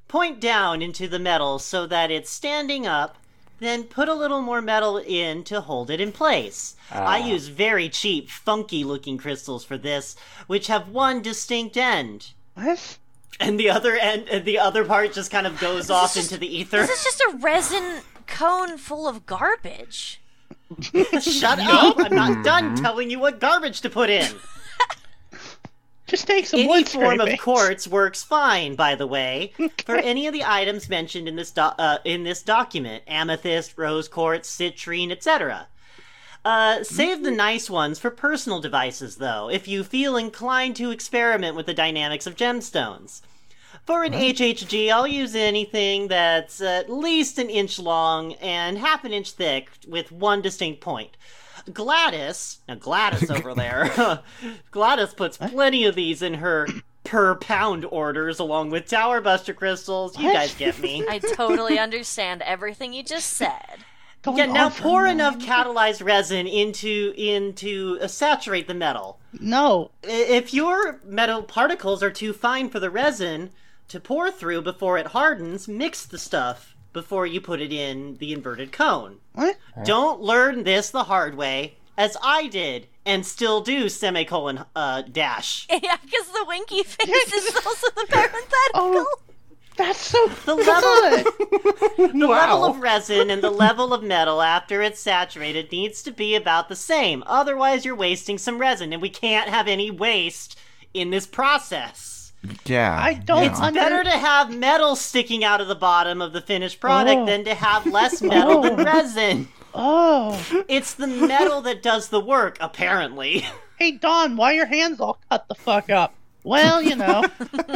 Speaker 2: point down into the metal so that it's standing up, then put a little more metal in to hold it in place. I
Speaker 1: Ah.
Speaker 2: use very cheap, funky looking crystals for this, which have one distinct end.
Speaker 4: What?
Speaker 2: And the other end, and the other part just kind of goes off into the ether.
Speaker 1: This is just a resin cone full of garbage.
Speaker 2: Shut up! I'm not done
Speaker 1: Mm-hmm.
Speaker 2: telling you what garbage to put in.
Speaker 4: Just take some
Speaker 2: Any
Speaker 4: wood
Speaker 2: form of
Speaker 4: scraping.
Speaker 2: quartz works fine, by the way, for any of the items mentioned in this do- uh, in this document: amethyst, rose quartz, citrine, etc. Uh, save the
Speaker 4: Mm-hmm.
Speaker 2: nice ones for personal devices, though, if you feel inclined to experiment with the dynamics of gemstones. For an HHG, I'll use anything that's at least an inch long and half an inch thick with one distinct point. Gladys, now Gladys over there, Gladys puts plenty of these in her per pound orders along with Tower Buster crystals. You guys get me.
Speaker 1: I totally understand everything you just said.
Speaker 4: Going
Speaker 2: Yeah, now
Speaker 4: on for-
Speaker 2: pour enough catalyzed resin into into uh, saturate the metal.
Speaker 4: No.
Speaker 2: I- If your metal particles are too fine for the resin to pour through before it hardens, mix the stuff before you put it in the inverted cone.
Speaker 4: What?
Speaker 2: Don't learn this the hard way, as I did, and still do, semicolon, uh, dash.
Speaker 1: Yeah, because the winky face is also the parenthetical.
Speaker 4: Oh, That's so
Speaker 2: The level,
Speaker 4: good.
Speaker 2: the level of resin and the level of metal after it's saturated needs to be about the same. Otherwise, you're wasting some resin, and we can't have any waste in this process.
Speaker 3: Yeah.
Speaker 4: I don't
Speaker 3: yeah.
Speaker 4: under-
Speaker 2: Better to have metal sticking out of the bottom of the finished product
Speaker 4: Oh.
Speaker 2: than to have less metal than
Speaker 4: Oh.
Speaker 2: resin.
Speaker 4: Oh,
Speaker 2: It's the metal that does the work, apparently.
Speaker 4: hey Don, why are your hands all cut the fuck up? Well, you know,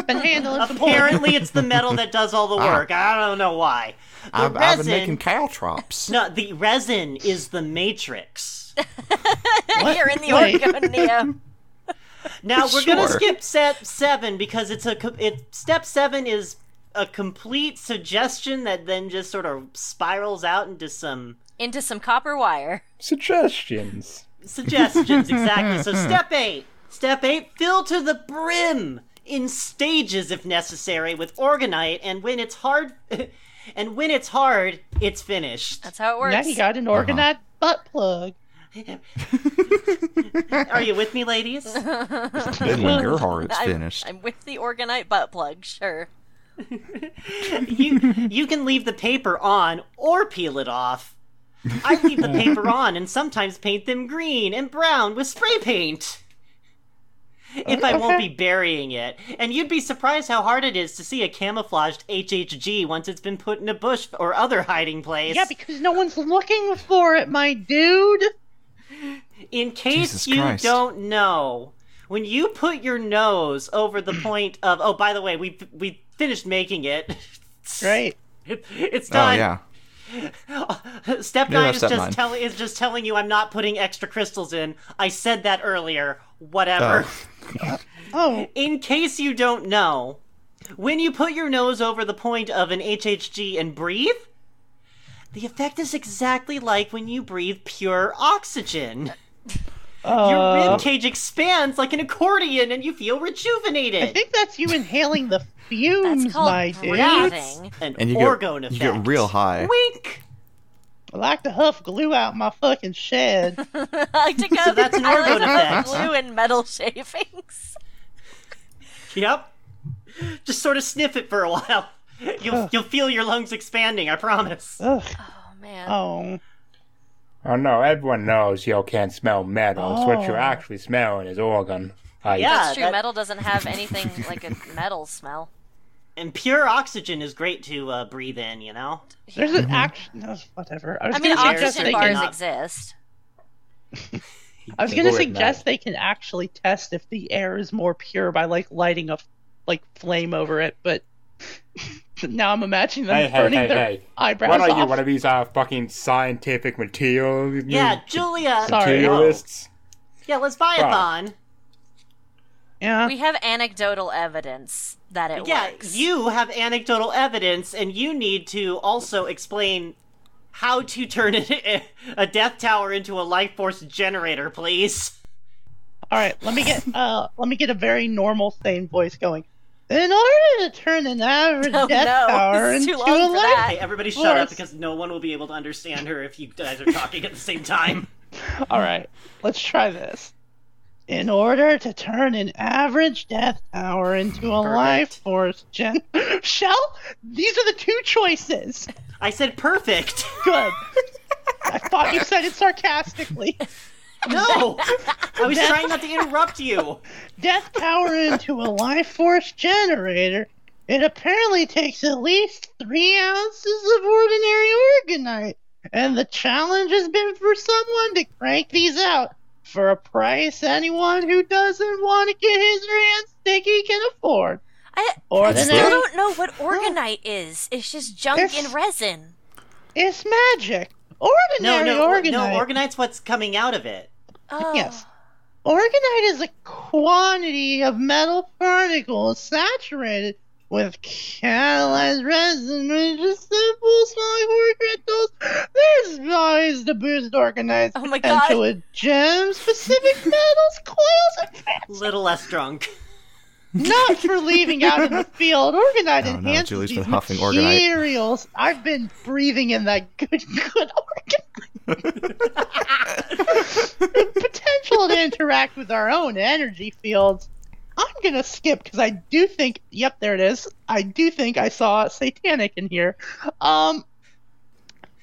Speaker 4: been handling some porn.
Speaker 2: Apparently, it's the metal that does all the work. I don't know why. The
Speaker 3: Ah. I've, I've been
Speaker 2: resin,
Speaker 3: making caltrops.
Speaker 2: no, the resin is the matrix.
Speaker 1: You're in the
Speaker 4: Wait.
Speaker 1: Orgone Neo.
Speaker 2: Now we're gonna
Speaker 3: Sure.
Speaker 2: skip step seven because it's a co- it step seven is a complete suggestion that then just sort of spirals out into some
Speaker 1: Into some copper wire.
Speaker 5: Suggestions.
Speaker 2: suggestions exactly. So step eight, step eight, fill to the brim in stages if necessary with organite, and when it's hard, and when it's hard, it's finished.
Speaker 1: That's how it works.
Speaker 4: Now you got an organized butt plug.
Speaker 2: Are you with me, ladies?
Speaker 3: Then when your heart's
Speaker 1: I'm,
Speaker 3: finished.
Speaker 1: I'm with the Organite butt plug, sure.
Speaker 2: you you can leave the paper on or peel it off. I leave the paper on and sometimes paint them green and brown with spray paint. If I won't be burying it. And you'd be surprised how hard it is to see a camouflaged HHG once it's been put in a bush or other hiding place.
Speaker 4: Yeah, because no one's looking for it, my dude.
Speaker 2: In case
Speaker 3: Jesus
Speaker 2: you
Speaker 3: Christ.
Speaker 2: don't know, when you put your nose over the point of oh by the way, we we finished making it.
Speaker 4: Great.
Speaker 2: It- it's
Speaker 3: oh,
Speaker 2: done.
Speaker 3: yeah.
Speaker 2: Step
Speaker 3: Yeah,
Speaker 2: nine
Speaker 3: that's
Speaker 2: is
Speaker 3: step
Speaker 2: just
Speaker 3: nine.
Speaker 2: tell is just telling you I'm not putting extra crystals in. I said that earlier. Whatever.
Speaker 4: Oh,
Speaker 2: In case you don't know, when you put your nose over the point of an HHG and breathe, the effect is exactly like when you breathe pure oxygen. Your
Speaker 4: uh,
Speaker 2: rib cage expands like an accordion, and you feel
Speaker 4: I
Speaker 2: rejuvenated.
Speaker 4: think that's you inhaling the
Speaker 1: That's
Speaker 4: fumes,
Speaker 1: called
Speaker 4: my dude.
Speaker 1: breathing.
Speaker 2: An
Speaker 3: And you get,
Speaker 2: orgone
Speaker 3: you
Speaker 2: effect.
Speaker 3: get real high.
Speaker 2: Wink.
Speaker 4: I like to huff glue out my fucking shed.
Speaker 1: I like to go.
Speaker 2: So that's an
Speaker 1: I like
Speaker 2: orgone
Speaker 1: to have
Speaker 2: effect.
Speaker 1: glue and metal shavings.
Speaker 2: Yep. Just sort of sniff it for a while. You'll you'll feel your lungs expanding. I promise.
Speaker 4: Ugh.
Speaker 1: Oh man.
Speaker 4: Oh.
Speaker 5: Oh no, everyone knows you can't smell metal. It's what you're
Speaker 4: Oh.
Speaker 5: actually smelling is organ. I,
Speaker 2: Yeah.
Speaker 1: That's true.
Speaker 2: that-
Speaker 1: Metal doesn't have anything like a metal smell.
Speaker 2: And pure oxygen is great to uh, breathe in. You know.
Speaker 4: There's an
Speaker 5: Mm-hmm.
Speaker 4: action. No, whatever. I was
Speaker 1: I mean,
Speaker 4: gonna suggest
Speaker 1: oxygen
Speaker 4: they
Speaker 1: bars
Speaker 4: can-
Speaker 1: exist.
Speaker 4: I was going to
Speaker 5: Lord,
Speaker 4: suggest
Speaker 5: no.
Speaker 4: they can actually test if the air is more pure by like lighting a like flame over it, but now I'm imagining them
Speaker 5: Hey, hey,
Speaker 4: burning
Speaker 5: hey,
Speaker 4: their
Speaker 5: hey.
Speaker 4: eyebrows
Speaker 5: What are
Speaker 4: off.
Speaker 5: you? One of these uh, fucking scientific material?
Speaker 2: Yeah,
Speaker 1: Mm.
Speaker 2: Julia.
Speaker 4: Sorry.
Speaker 1: Oh.
Speaker 5: materialists.
Speaker 2: Yeah, let's buy a
Speaker 5: Right.
Speaker 2: thon.
Speaker 4: Yeah.
Speaker 1: We have anecdotal evidence that it
Speaker 2: Uh, Yeah,
Speaker 1: works.
Speaker 2: you have anecdotal evidence, and you need to also explain how to turn a, a death tower into a life force generator, please.
Speaker 4: All right, let me get uh let me get a very normal sane voice going. In order to turn an average
Speaker 1: Oh,
Speaker 4: death
Speaker 1: no.
Speaker 4: tower
Speaker 1: It's too
Speaker 4: into
Speaker 1: long
Speaker 4: a
Speaker 1: for
Speaker 4: life
Speaker 1: that.
Speaker 2: Hey, everybody, shut
Speaker 4: Force.
Speaker 2: up because no one will be able to understand her if you guys are talking at the same time.
Speaker 4: All right, let's try this. In order to turn an average death tower into a life force, Jen, Shell, these are the two choices.
Speaker 2: I said perfect.
Speaker 4: Good. I thought you said it sarcastically.
Speaker 2: No, I was trying not to interrupt you.
Speaker 4: Death power into a life force generator. It apparently takes at least three ounces of ordinary organite, and the challenge has been for someone to crank these out for a price anyone who doesn't want to get his hands sticky can afford.
Speaker 1: I, I
Speaker 4: Ordinary.
Speaker 1: still don't know what
Speaker 2: Oh.
Speaker 1: organite is. It's just junk
Speaker 4: It's-
Speaker 1: in resin.
Speaker 4: It's magic. Ordinary
Speaker 2: no, or-
Speaker 4: organite.
Speaker 2: no, organite's what's coming out of it.
Speaker 1: Oh.
Speaker 4: Yes. Organite is a quantity of metal particles saturated with catalyzed resin, which is simple solid crystals. There's values to boost organite's
Speaker 1: Oh my
Speaker 4: potential
Speaker 1: God.
Speaker 4: with gems, specific metals, coils, and fats.
Speaker 2: Little less drunk.
Speaker 4: Not for leaving out in the field.
Speaker 3: Oh, No,
Speaker 4: Organite
Speaker 3: no,
Speaker 4: enhances
Speaker 3: Julie's been
Speaker 4: these
Speaker 3: huffing organite.
Speaker 4: materials. I've been breathing in that good, good organite. potential to interact with our own energy fields. I'm gonna skip because I do think. Yep, there it is. I do think I saw satanic in here. Um,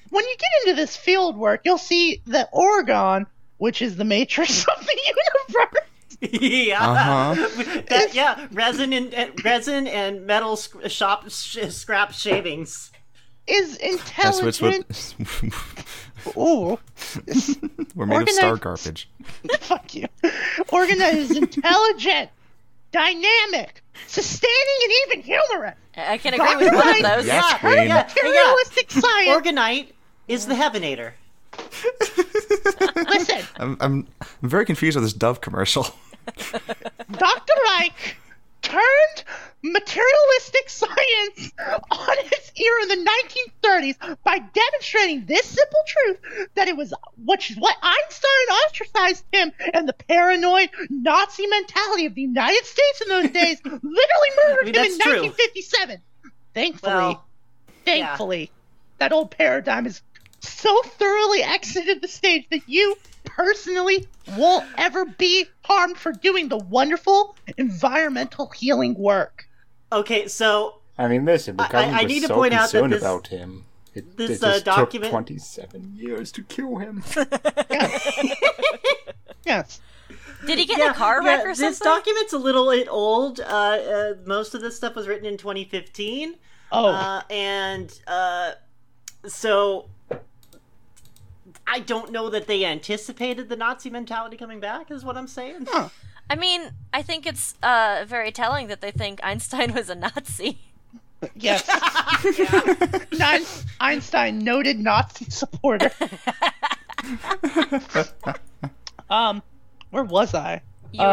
Speaker 4: when you get into this field work, you'll see that Oregon, which is the matrix of the universe.
Speaker 2: yeah.
Speaker 3: Uh huh.
Speaker 2: That- yeah, resin and uh, resin and metal sc- shop sh- scrap shavings.
Speaker 4: Is
Speaker 3: That's which
Speaker 4: intelligent.
Speaker 3: what
Speaker 4: Ooh,
Speaker 3: we're made of star
Speaker 4: Organized-
Speaker 3: garbage.
Speaker 4: fuck you. Organized, intelligent, dynamic, sustaining, and even humorous.
Speaker 1: I can agree with one of those.
Speaker 3: Yes,
Speaker 2: Yeah,
Speaker 3: queen.
Speaker 2: Ah, yeah, yeah.
Speaker 4: Materialistic science.
Speaker 2: Organite is the heavenator.
Speaker 4: Listen,
Speaker 3: I'm, I'm I'm very confused with this Dove commercial.
Speaker 4: Dr. Reich turned materialistic science on its ear in the 1930s by demonstrating this simple truth that it was which is what Einstein ostracized him and the paranoid Nazi mentality of the United States in those days literally murdered
Speaker 2: I
Speaker 4: him in
Speaker 2: mean, that's true.
Speaker 4: 1957. Thankfully,
Speaker 2: Well,
Speaker 4: thankfully, that old paradigm is so thoroughly exited the stage that you personally won't ever be harmed for doing the wonderful environmental healing work.
Speaker 2: okay, so
Speaker 5: I mean, listen, the
Speaker 2: I- I-
Speaker 5: government
Speaker 2: I
Speaker 5: was
Speaker 2: need to
Speaker 5: so
Speaker 2: point out that
Speaker 5: concerned
Speaker 2: this-
Speaker 5: about him. It,
Speaker 2: this,
Speaker 5: it just
Speaker 2: uh,
Speaker 5: took
Speaker 2: document-
Speaker 5: 27 years to kill him.
Speaker 4: Yes.
Speaker 1: Did he get in
Speaker 2: yeah,
Speaker 1: a car
Speaker 2: yeah,
Speaker 1: wreck or
Speaker 2: this
Speaker 1: something?
Speaker 2: document's a little bit old. Uh, uh, most of this stuff was written in 2015,
Speaker 4: Oh,
Speaker 2: uh, and uh, so I don't know that they anticipated the Nazi mentality coming back. Is what I'm saying.
Speaker 1: I mean, I think it's uh, very telling that they think Einstein was a Nazi.
Speaker 4: yes. Nein- Einstein, noted Nazi supporter. um, where was I?
Speaker 1: You
Speaker 4: Uh,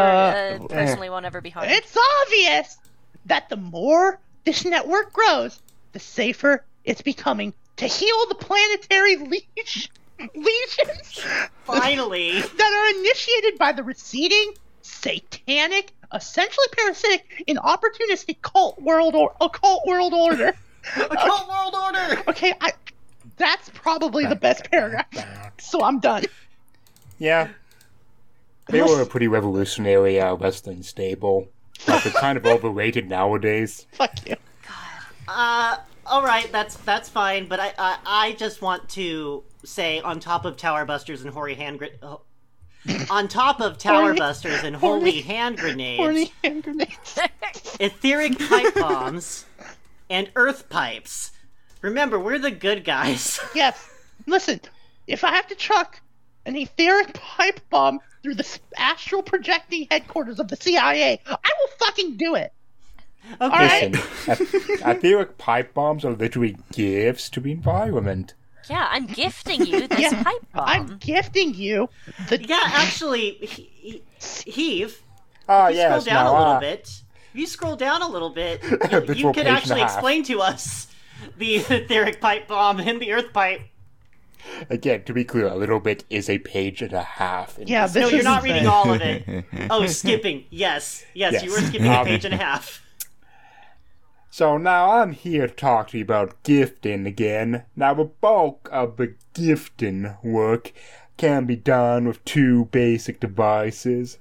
Speaker 1: uh, personally won't ever be harmed.
Speaker 4: It's obvious that the more this network grows, the safer it's becoming to heal the planetary leech- legions
Speaker 2: Finally,
Speaker 4: that are initiated by the receding, satanic, essentially parasitic, and opportunistic cult world or occult world order.
Speaker 2: occult world order.
Speaker 4: Okay, I. That's probably the best paragraph. So I'm done.
Speaker 5: yeah. They were a pretty revolutionary uh, wrestling stable. But they're kind of overrated nowadays.
Speaker 4: Fuck you.
Speaker 2: Uh, all right, that's that's fine. But I I, I just want to say on top of Tower Busters and Hoary Hand Grenades. On top of Tower
Speaker 4: Horny-
Speaker 2: Busters and
Speaker 4: horny-
Speaker 2: Holy Hand Grenades,
Speaker 4: Horny hand grenades.
Speaker 2: etheric pipe bombs and earth pipes. Remember, we're the good guys.
Speaker 4: Yes. Listen, if I have to chuck an etheric pipe bomb through the astral projecting headquarters of the CIA, I will fucking do it. All right.
Speaker 5: Listen, eth- etheric pipe bombs are literally gifts to the environment.
Speaker 1: yeah, I'm gifting you this
Speaker 4: Yeah,
Speaker 1: pipe bomb.
Speaker 4: I'm gifting you the
Speaker 2: yeah, actually, he- he- Heave,
Speaker 5: Ah,
Speaker 2: if you scroll
Speaker 5: yes,
Speaker 2: down
Speaker 5: now,
Speaker 2: a little
Speaker 5: ah,
Speaker 2: bit, if you scroll down a little bit,
Speaker 5: This
Speaker 2: you, you
Speaker 5: will page and
Speaker 2: could
Speaker 5: a
Speaker 2: actually
Speaker 5: half.
Speaker 2: explain to us the etheric pipe bomb and the earth pipe.
Speaker 5: Again, to be clear, a little bit is a page and a half. in
Speaker 4: Yeah,
Speaker 5: this.
Speaker 4: this
Speaker 2: No, you're
Speaker 4: is
Speaker 2: not
Speaker 4: insane.
Speaker 2: reading all of it. Oh, skipping. Yes, yes, you were
Speaker 5: Yes.
Speaker 2: skipping a
Speaker 5: Um,
Speaker 2: page and a half.
Speaker 5: So now I'm here to talk to you about gifting again. Now the bulk of the gifting work can be done with two basic devices.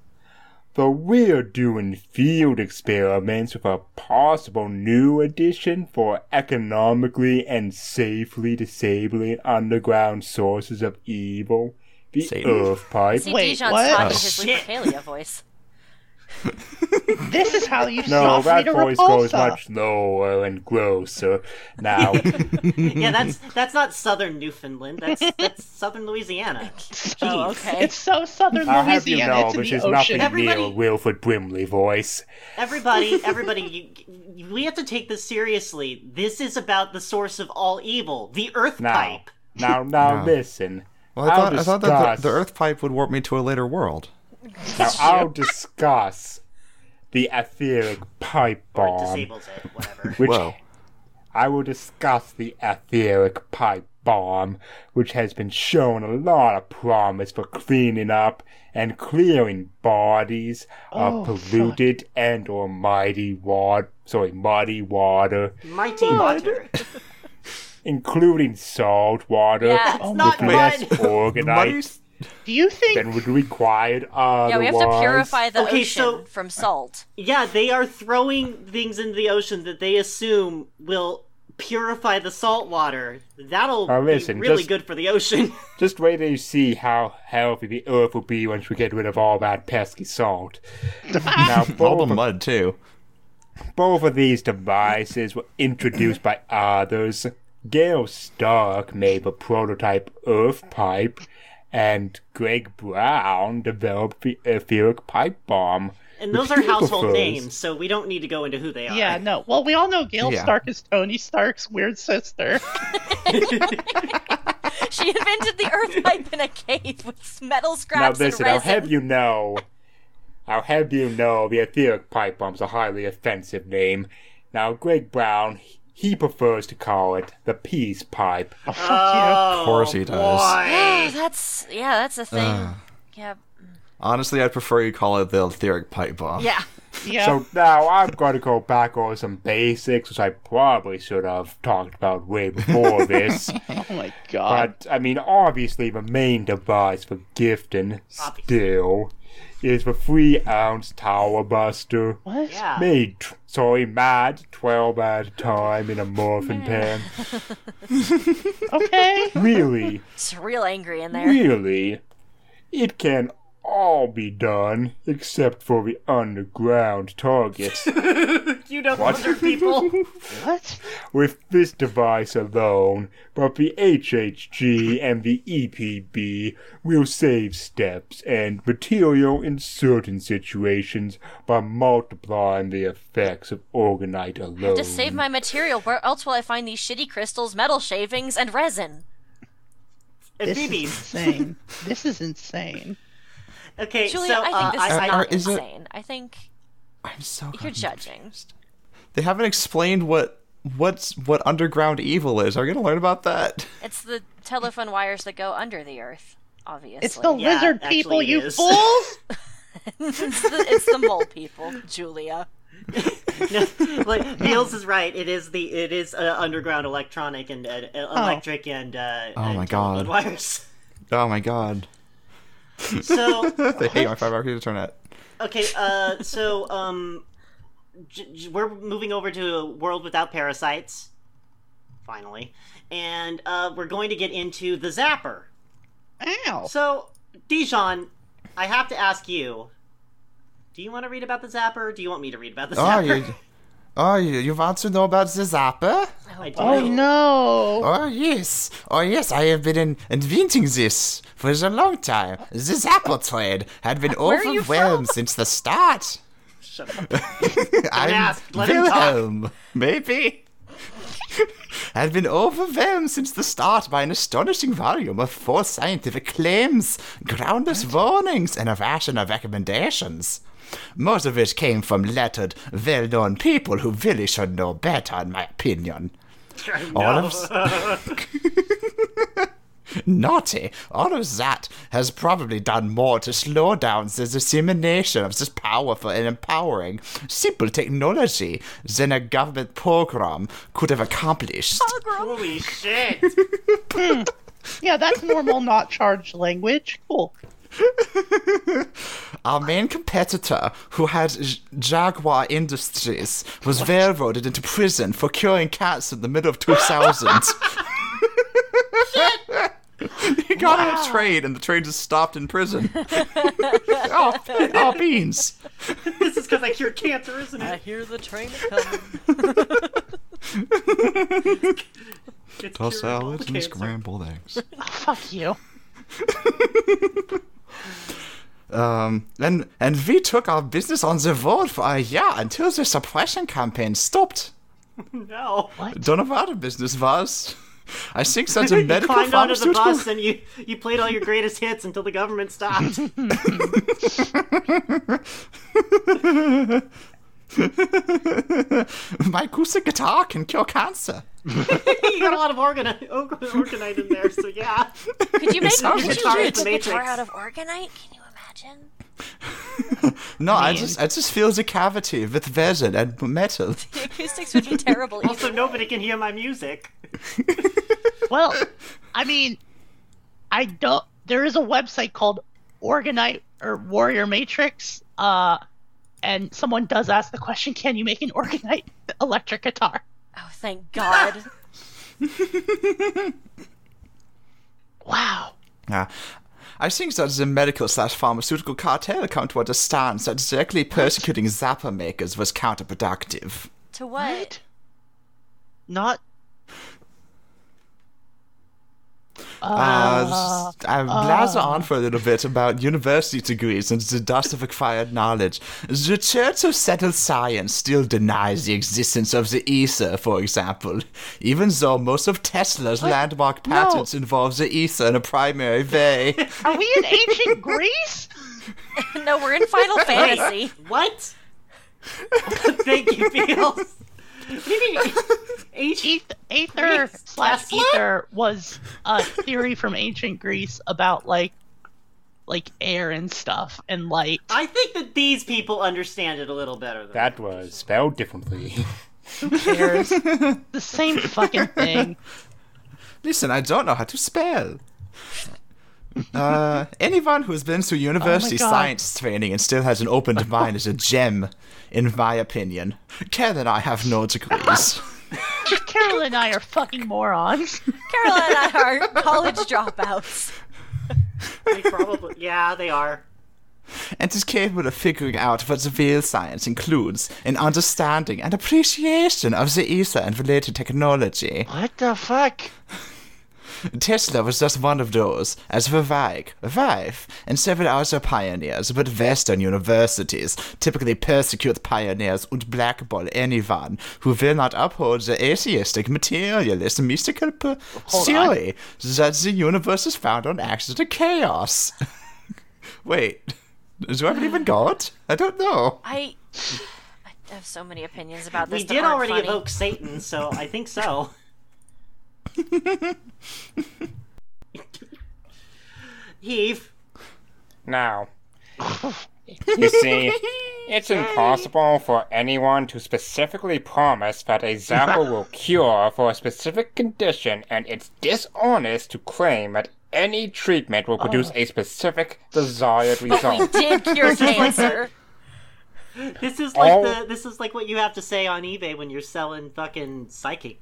Speaker 5: Though we're doing field experiments with a possible new addition for economically and safely disabling underground sources of evil, the
Speaker 3: Satan.
Speaker 5: Earth Pipe.
Speaker 1: See,
Speaker 4: Wait,
Speaker 1: Dijon's
Speaker 4: what?
Speaker 1: talking
Speaker 4: Oh,
Speaker 1: his
Speaker 2: shit.
Speaker 1: Lupercalia voice.
Speaker 4: This is how you
Speaker 5: No,
Speaker 4: soft me
Speaker 5: that
Speaker 4: to
Speaker 5: voice goes
Speaker 4: repulsa.
Speaker 5: much lower and grosser. Now,
Speaker 2: Yeah, that's that's not southern Newfoundland. That's that's southern Louisiana.
Speaker 1: Oh, okay.
Speaker 4: It's so southern
Speaker 5: I'll have you
Speaker 4: Louisiana.
Speaker 5: know,
Speaker 4: it's in
Speaker 5: this
Speaker 4: the
Speaker 5: is
Speaker 4: ocean.
Speaker 5: nothing
Speaker 2: Everybody-
Speaker 5: near Wilford Brimley voice.
Speaker 2: Everybody, everybody, you, we have to take this seriously. This is about the source of all evil, the Earth
Speaker 5: Now,
Speaker 2: Pipe.
Speaker 5: now,
Speaker 3: No.
Speaker 5: now, listen.
Speaker 3: Well, I thought, I thought that the, the
Speaker 5: discuss-
Speaker 3: Earth pipe would warp me to a later world.
Speaker 5: Now, I'll discuss the etheric pipe
Speaker 2: Or it
Speaker 5: bomb.
Speaker 2: disables it, whatever.
Speaker 5: Which
Speaker 3: Whoa.
Speaker 5: I will discuss the etheric pipe bomb, which has been shown a lot of promise for cleaning up and clearing bodies
Speaker 4: Oh,
Speaker 5: of polluted and/or mighty water. Sorry, muddy water,
Speaker 2: Mighty water.
Speaker 5: including salt water.
Speaker 1: Yeah.
Speaker 2: It's not
Speaker 5: less
Speaker 2: mud.
Speaker 5: organized.
Speaker 3: Muddy's
Speaker 4: Do you think
Speaker 5: then would require otherwise.
Speaker 1: Yeah, we have to purify the
Speaker 2: Okay,
Speaker 1: ocean
Speaker 2: so-
Speaker 1: from salt.
Speaker 2: Yeah, they are throwing things into the ocean that they assume will purify the salt water. That'll
Speaker 5: Oh, listen,
Speaker 2: be really
Speaker 5: just-
Speaker 2: good for the ocean.
Speaker 5: Just wait till you see how healthy the earth will be once we get rid of all that pesky salt. now,
Speaker 3: All the
Speaker 5: both,
Speaker 3: mud too.
Speaker 5: both of these devices were introduced by others. Gail Stark made the prototype Earth Pipe, and Greg Brown developed the etheric pipe bomb.
Speaker 2: and
Speaker 5: which
Speaker 2: those are
Speaker 5: he
Speaker 2: household
Speaker 5: prefers.
Speaker 2: names, so we don't need to go into who they are.
Speaker 4: Yeah, no. Well, we all know Gail
Speaker 3: Yeah.
Speaker 4: Stark is Tony Stark's weird sister.
Speaker 1: She invented the earth pipe in a cave with metal
Speaker 5: Now,
Speaker 1: scraps
Speaker 5: listen, I'll
Speaker 1: and resin.
Speaker 5: have you know. I'll have you know the etheric pipe bomb's a highly offensive name. Now, Greg Brown, he prefers to call it the peace pipe.
Speaker 4: Oh, fuck
Speaker 2: Oh,
Speaker 3: Of course he does.
Speaker 1: Oh,
Speaker 2: boy.
Speaker 1: that's yeah, that's a thing. yeah,
Speaker 3: Honestly, I'd prefer you call it the etheric pipe bomb.
Speaker 1: yeah.
Speaker 4: you. Yeah.
Speaker 5: So now I'm going to go back over some basics, which I probably should have talked about way before this.
Speaker 4: oh my god.
Speaker 5: But I mean, obviously, the main device for gifting still is the three ounce Tower Buster.
Speaker 4: what?
Speaker 2: Yeah.
Speaker 5: Made, tw- sorry, mad 12 at a time in a morphin pan.
Speaker 4: Okay.
Speaker 5: Really?
Speaker 1: It's real angry in there.
Speaker 5: Really? It can all be done except for the underground targets.
Speaker 2: You don't
Speaker 5: What?
Speaker 2: wonder people.
Speaker 4: what?
Speaker 5: With this device alone, but the HHG and the EPB will save steps and material in certain situations by multiplying the effects of organite alone.
Speaker 1: To save my material, where else will I find these shitty crystals, metal shavings, and resin?
Speaker 2: and
Speaker 4: This is
Speaker 2: BBs.
Speaker 4: insane. this is insane.
Speaker 2: Okay,
Speaker 1: Julia,
Speaker 2: so uh,
Speaker 1: I think this is
Speaker 2: I,
Speaker 1: not
Speaker 3: Or is it-
Speaker 1: insane. I think
Speaker 3: I'm so.
Speaker 1: you're
Speaker 3: confused.
Speaker 1: judging.
Speaker 3: They haven't explained what what's what underground evil is. Are we gonna learn about that?
Speaker 1: It's the telephone wires that go under the earth, obviously.
Speaker 4: It's the
Speaker 2: Yeah,
Speaker 4: lizard
Speaker 2: actually
Speaker 4: people,
Speaker 2: it
Speaker 4: you
Speaker 2: is.
Speaker 4: fools!
Speaker 1: it's, the, it's the mole people, Julia.
Speaker 2: I, like Niels is right. It is the it is uh, underground electronic and uh,
Speaker 1: Oh.
Speaker 2: electric and uh,
Speaker 3: Oh
Speaker 2: and
Speaker 3: my God.
Speaker 2: telephone wires.
Speaker 3: Oh my god.
Speaker 2: So
Speaker 3: They hate my five hour internet.
Speaker 2: Okay, uh, so um, j- j- we're moving over to a world without parasites, finally, and uh, we're going to get into the Zapper.
Speaker 4: Ow.
Speaker 2: So, Dijon, I have to ask you: Do you want to read about the Zapper? Or do you want me to read about the
Speaker 3: Oh,
Speaker 2: Zapper?
Speaker 3: you, oh, you, you want to know about the zapper?
Speaker 2: I do.
Speaker 4: Oh no.
Speaker 3: Oh yes, oh yes, I have been in- inventing this for a long time. The zapper trade had been
Speaker 1: Where are you
Speaker 3: overwhelmed since the start.
Speaker 2: Shut up.
Speaker 3: I'm
Speaker 2: ask, let him talk.
Speaker 3: Wilhelm, maybe. I've been overwhelmed since the start by an astonishing volume of false scientific claims, groundless warnings, and irrational recommendations. Most of which came from lettered, well known people who really should know better, in my opinion. All of s- Naughty. All of that has probably done more to slow down the dissemination of this powerful and empowering, simple technology than a government program could have accomplished.
Speaker 2: Holy shit!
Speaker 4: Yeah, that's normal, not charged language. Cool.
Speaker 3: Our main competitor, who had J- Jaguar Industries, was railroaded into prison for curing cats in the middle of 2000. he got on a train and the train just stopped in prison. oh, oh, beans.
Speaker 2: this is because I cure cancer, isn't it?
Speaker 1: hear the train coming.
Speaker 2: It's
Speaker 3: Toss
Speaker 2: curing all
Speaker 3: salads and
Speaker 2: cancer.
Speaker 3: scrambled eggs.
Speaker 4: Fuck you.
Speaker 3: Um, and, and we took our business on the road for a year until the suppression campaign stopped.
Speaker 2: No.
Speaker 3: Don't know what a business was. I think that's a
Speaker 2: You
Speaker 3: medical
Speaker 2: climbed onto the
Speaker 3: pharmaceutical
Speaker 2: bus and you, you played all your greatest hits until the government stopped.
Speaker 3: My acoustic guitar can cure cancer.
Speaker 2: you got a lot of organi- organite in there, so yeah.
Speaker 1: Could you make
Speaker 3: sounds
Speaker 1: could
Speaker 3: like
Speaker 1: you
Speaker 3: it.
Speaker 1: make a
Speaker 2: Matrix.
Speaker 1: guitar out of organite? Can you imagine?
Speaker 3: No, I just I just feel the cavity with resin and metal.
Speaker 1: The acoustics would be terrible.
Speaker 2: So
Speaker 1: Even.
Speaker 2: nobody can hear my music.
Speaker 4: Well, I mean, I don't. there is a website called Organite or Warrior Matrix, uh, and someone does ask the question, "Can you make an Organite electric guitar?"
Speaker 1: Oh, thank God.
Speaker 4: Wow.
Speaker 3: Yeah. I think that the medical slash pharmaceutical cartel come to understand that directly persecuting zapper makers was counterproductive.
Speaker 1: to what?
Speaker 4: Not
Speaker 3: Uh, I blazer on for a little bit about university degrees and the dust of acquired knowledge. The Church of Settled Science still denies the existence of the ether, for example, even though most of Tesla's landmark patents involve the ether in a primary way.
Speaker 4: Are we in ancient Greece?
Speaker 1: No, we're in Final Fantasy.
Speaker 2: What? Thank you, Beals. E, What do you mean? Ancient-
Speaker 4: Eth- Aether
Speaker 2: Greece?
Speaker 4: slash
Speaker 2: Tesla?
Speaker 4: ether was a theory from ancient Greece about like like air and stuff and light.
Speaker 2: I think that these people understand it a little better than
Speaker 7: That was spelled differently.
Speaker 4: There's the same fucking thing.
Speaker 3: Listen, I don't know how to spell. Uh, anyone who's been through university
Speaker 4: God.
Speaker 3: science training and still has an open mind is a gem, in my opinion. Ken and I have no degrees.
Speaker 4: Carol and I are fucking morons.
Speaker 1: Carol and I are college dropouts.
Speaker 2: They probably. Yeah, they are.
Speaker 3: and is capable of figuring out what the real science includes in understanding and appreciation of the ether and related technology.
Speaker 4: What the fuck?
Speaker 3: Tesla was just one of those, as were Reich, Reif, and several other pioneers, but Western universities typically persecute pioneers and blackball anyone who will not uphold the atheistic, materialist, mystical p-
Speaker 4: Hold on.
Speaker 3: theory that the universe is found on axis of chaos. Wait, do I haven't even got? I don't know.
Speaker 1: I, I have so many opinions about this.
Speaker 2: We
Speaker 1: that
Speaker 2: did
Speaker 1: aren't
Speaker 2: already
Speaker 1: funny.
Speaker 2: evoke Satan, so I think so. Heave.
Speaker 7: Now, you see, it's impossible for anyone to specifically promise that a zapper will cure for a specific condition, and it's dishonest to claim that any treatment will produce a specific desired
Speaker 1: We
Speaker 7: result.
Speaker 1: did cure cancer.
Speaker 2: This is like
Speaker 7: All-
Speaker 2: the this is like what you have to say on eBay when you're selling fucking psychic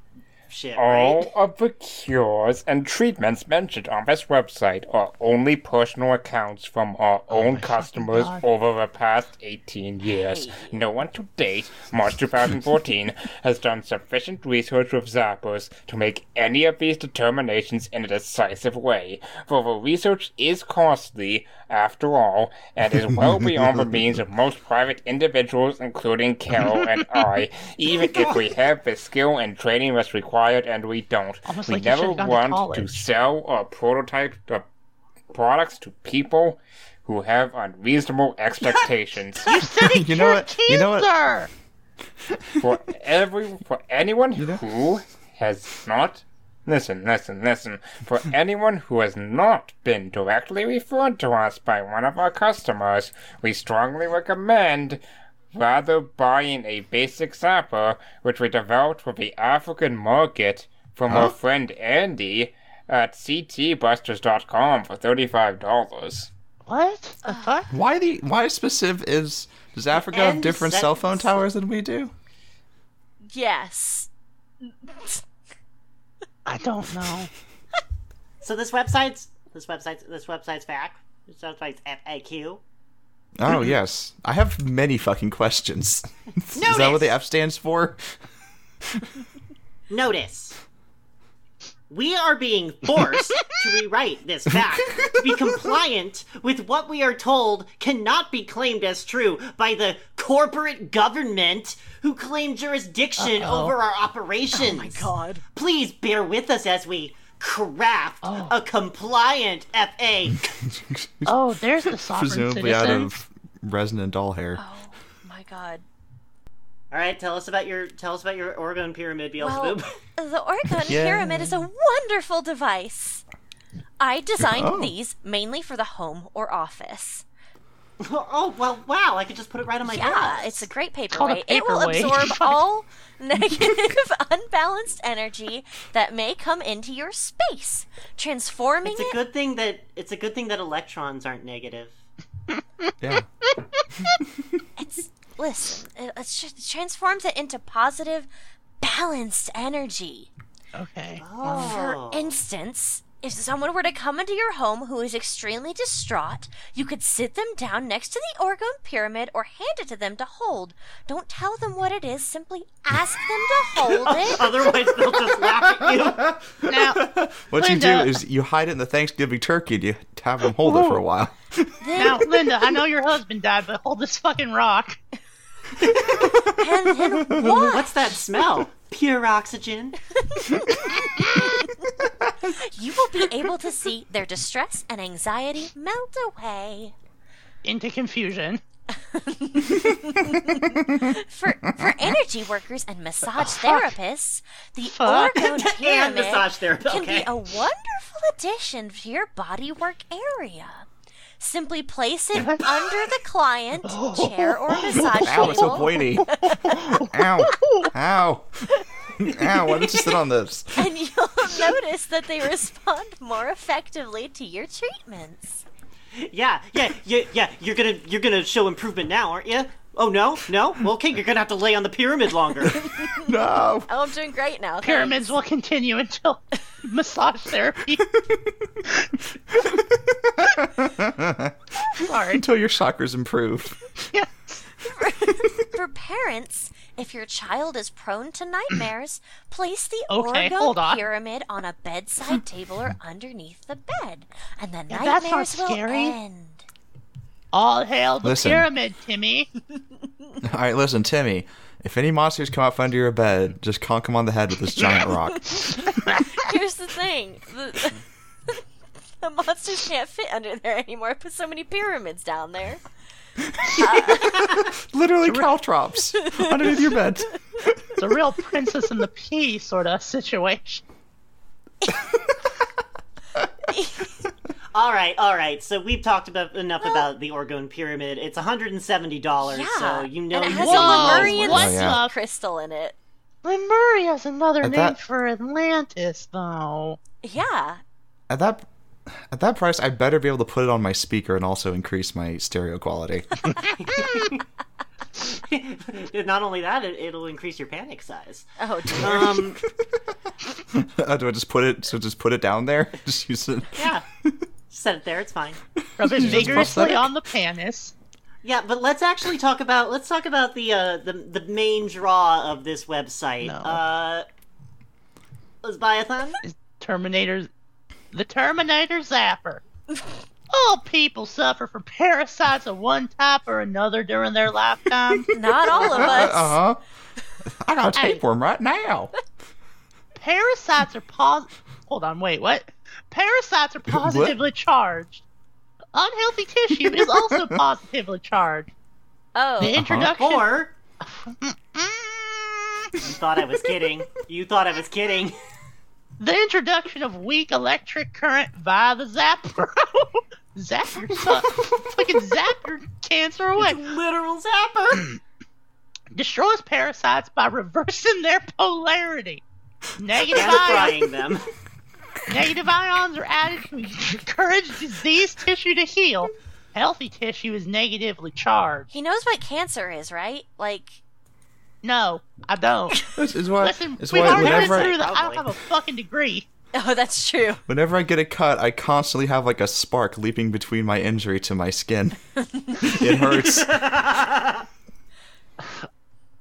Speaker 2: shit, right?
Speaker 7: All of the cures and treatments mentioned on this website are only personal accounts from our own customers
Speaker 4: God.
Speaker 7: over the past 18 years. No one to date, March 2014, has done sufficient research with Zappos to make any of these determinations in a decisive way, for the research is costly, after all, and is well beyond the means of most private individuals, including Carol and I, even if we have the skill and training that's required, and we don't.
Speaker 4: Almost
Speaker 7: we
Speaker 4: like you
Speaker 7: never
Speaker 4: should've gone to
Speaker 7: want to,
Speaker 4: college.
Speaker 7: sell or prototype the products to people who have unreasonable expectations.
Speaker 3: you know what? You know what?
Speaker 4: Cancer!
Speaker 7: for every for anyone who has not listen, listen, listen. For anyone who has not been directly referred to us by one of our customers, we strongly recommend rather buying a basic zapper which we developed for the African market from our friend Andy at ctbusters.com for thirty-five dollars.
Speaker 4: What the fuck?
Speaker 3: Why the why specific is does Africa have
Speaker 2: And
Speaker 3: different cell phone
Speaker 2: sentence.
Speaker 3: towers than we do?
Speaker 1: Yes.
Speaker 4: I don't know.
Speaker 2: So this website's this website's this website's FAQ. This website's FAQ.
Speaker 3: Oh yes, I have many fucking questions. is that what the F stands for?
Speaker 2: Notice. We are being forced to rewrite this fact to be compliant with what we are told cannot be claimed as true by the corporate government who claim jurisdiction over our operations. Oh my god. Please bear with us as we craft a compliant FA.
Speaker 4: Oh, there's the sovereign
Speaker 3: Presumably out
Speaker 4: citizen.
Speaker 3: of resin and doll hair.
Speaker 1: My God.
Speaker 2: All right, tell us about your tell us about your Oregon pyramid,
Speaker 1: Well,
Speaker 2: Beelzebub.
Speaker 1: the Oregon
Speaker 3: Yeah.
Speaker 1: Pyramid is a wonderful device. I designed
Speaker 3: Oh.
Speaker 1: these mainly for the home or office.
Speaker 2: Oh well, wow! I could just put it right on my
Speaker 1: Yeah,
Speaker 2: back.
Speaker 1: it's a great
Speaker 4: called
Speaker 1: paperweight.
Speaker 4: a
Speaker 1: It will
Speaker 4: paperweight.
Speaker 1: absorb all negative, unbalanced energy that may come into your space, transforming
Speaker 2: It's a
Speaker 1: it.
Speaker 2: good thing that it's a good thing that electrons aren't negative.
Speaker 3: Yeah.
Speaker 1: It's listen. It, it tr- transforms it into positive, balanced energy.
Speaker 4: Okay.
Speaker 2: Oh,
Speaker 1: For instance, if someone were to come into your home who is extremely distraught, you could sit them down next to the Orgone pyramid or hand it to them to hold. Don't tell them what it is, simply ask them to hold it.
Speaker 2: otherwise they'll just laugh at you.
Speaker 4: Now,
Speaker 3: What you do
Speaker 4: Linda.
Speaker 3: is you hide it in the Thanksgiving turkey and you have them hold it for a while.
Speaker 4: now, Linda, I know your husband died, but hold this fucking rock.
Speaker 1: And then what?
Speaker 2: What's that smell? Pure oxygen.
Speaker 1: You will be able to see their distress and anxiety melt away.
Speaker 4: Into confusion.
Speaker 1: For for energy workers and massage therapists, the Orgone
Speaker 2: Oh, And
Speaker 1: pyramid
Speaker 2: massage therapy.
Speaker 1: can
Speaker 2: Okay.
Speaker 1: be a wonderful addition to your bodywork area. Simply place it under the client chair or
Speaker 2: Oh,
Speaker 1: massage
Speaker 3: Ow, it's so
Speaker 1: table,
Speaker 3: pointy. Ow. Ow. Ow, why didn't you sit on this?
Speaker 1: and you'll notice that they respond more effectively to your treatments.
Speaker 2: Yeah, yeah, yeah, yeah. You're gonna you're gonna show improvement now, aren't you? Oh no, no. Well, okay, you're gonna have to lay on the pyramid longer.
Speaker 3: No.
Speaker 1: Oh, I'm doing great now.
Speaker 4: Pyramids will continue until massage therapy. Sorry.
Speaker 3: Until your chakras improve.
Speaker 4: Yes.
Speaker 1: For parents, if your child is prone to nightmares, place the
Speaker 4: Okay,
Speaker 1: Orgo
Speaker 4: hold on.
Speaker 1: pyramid on a bedside table or underneath the bed, and the
Speaker 4: Yeah, that's not
Speaker 1: nightmares will
Speaker 4: scary.
Speaker 1: end.
Speaker 4: All hail the
Speaker 3: Listen.
Speaker 4: pyramid, Timmy.
Speaker 3: All right, listen, Timmy. If any monsters come out from under your bed, just conk them on the head with this giant rock.
Speaker 1: Here's the thing: the, the monsters can't fit under there anymore. I put so many pyramids down there.
Speaker 3: Literally caltrops underneath your bed.
Speaker 4: It's a real princess and the pea sort of situation.
Speaker 2: all right, all right. So we've talked about enough about the Orgone pyramid. It's 170 dollars.
Speaker 1: Yeah,
Speaker 2: So you know
Speaker 1: and it
Speaker 2: you
Speaker 1: has
Speaker 2: really
Speaker 1: a
Speaker 2: want
Speaker 1: Lemurian
Speaker 4: what
Speaker 3: Oh, yeah.
Speaker 4: the-
Speaker 1: crystal in it.
Speaker 4: Lemuria's another
Speaker 3: And
Speaker 4: name
Speaker 3: that-
Speaker 4: for Atlantis, though.
Speaker 1: Yeah,
Speaker 3: At that at that price, I better be able to put it on my speaker and also increase my stereo quality.
Speaker 2: one. Not only that, it, it'll increase your panic size.
Speaker 1: Oh, dear.
Speaker 2: Um,
Speaker 3: Uh, do I just put it? So just put it down there. Just use it.
Speaker 2: yeah. Set it there. It's fine.
Speaker 4: Rub it vigorously
Speaker 3: prosthetic.
Speaker 4: on the panis.
Speaker 2: Yeah, but let's actually talk about let's talk about the uh, the the main draw of this website.
Speaker 4: No.
Speaker 2: Uh, Leviathan.
Speaker 4: Terminator, the Terminator Zapper. All people suffer from parasites of one type or another during their lifetime.
Speaker 1: not all of us.
Speaker 3: Uh huh. I got a tapeworm right now.
Speaker 4: Parasites are pos. Hold on, wait, what? Parasites are positively charged. Unhealthy tissue is also positively charged.
Speaker 1: Oh,
Speaker 4: The introduction.
Speaker 2: Or you thought I was kidding. You thought I was kidding.
Speaker 4: The introduction of weak electric current via the zapper. zap your fu- fucking zap your cancer away.
Speaker 2: Literal zapper.
Speaker 4: Destroys parasites by reversing their polarity. Negative
Speaker 2: And
Speaker 4: ions,
Speaker 2: frying them.
Speaker 4: negative ions are added to encourage diseased tissue to heal. Healthy tissue is negatively charged.
Speaker 1: he knows what cancer is, right? Like,
Speaker 4: No, I don't.
Speaker 3: This is why.
Speaker 4: Listen,
Speaker 3: it's
Speaker 4: we've
Speaker 3: why
Speaker 4: already been
Speaker 3: whenever I,
Speaker 4: through the. I don't
Speaker 2: Probably.
Speaker 4: have a fucking degree.
Speaker 1: oh, that's true.
Speaker 3: whenever I get a cut, I constantly have like a spark leaping between my injury to my skin. it hurts.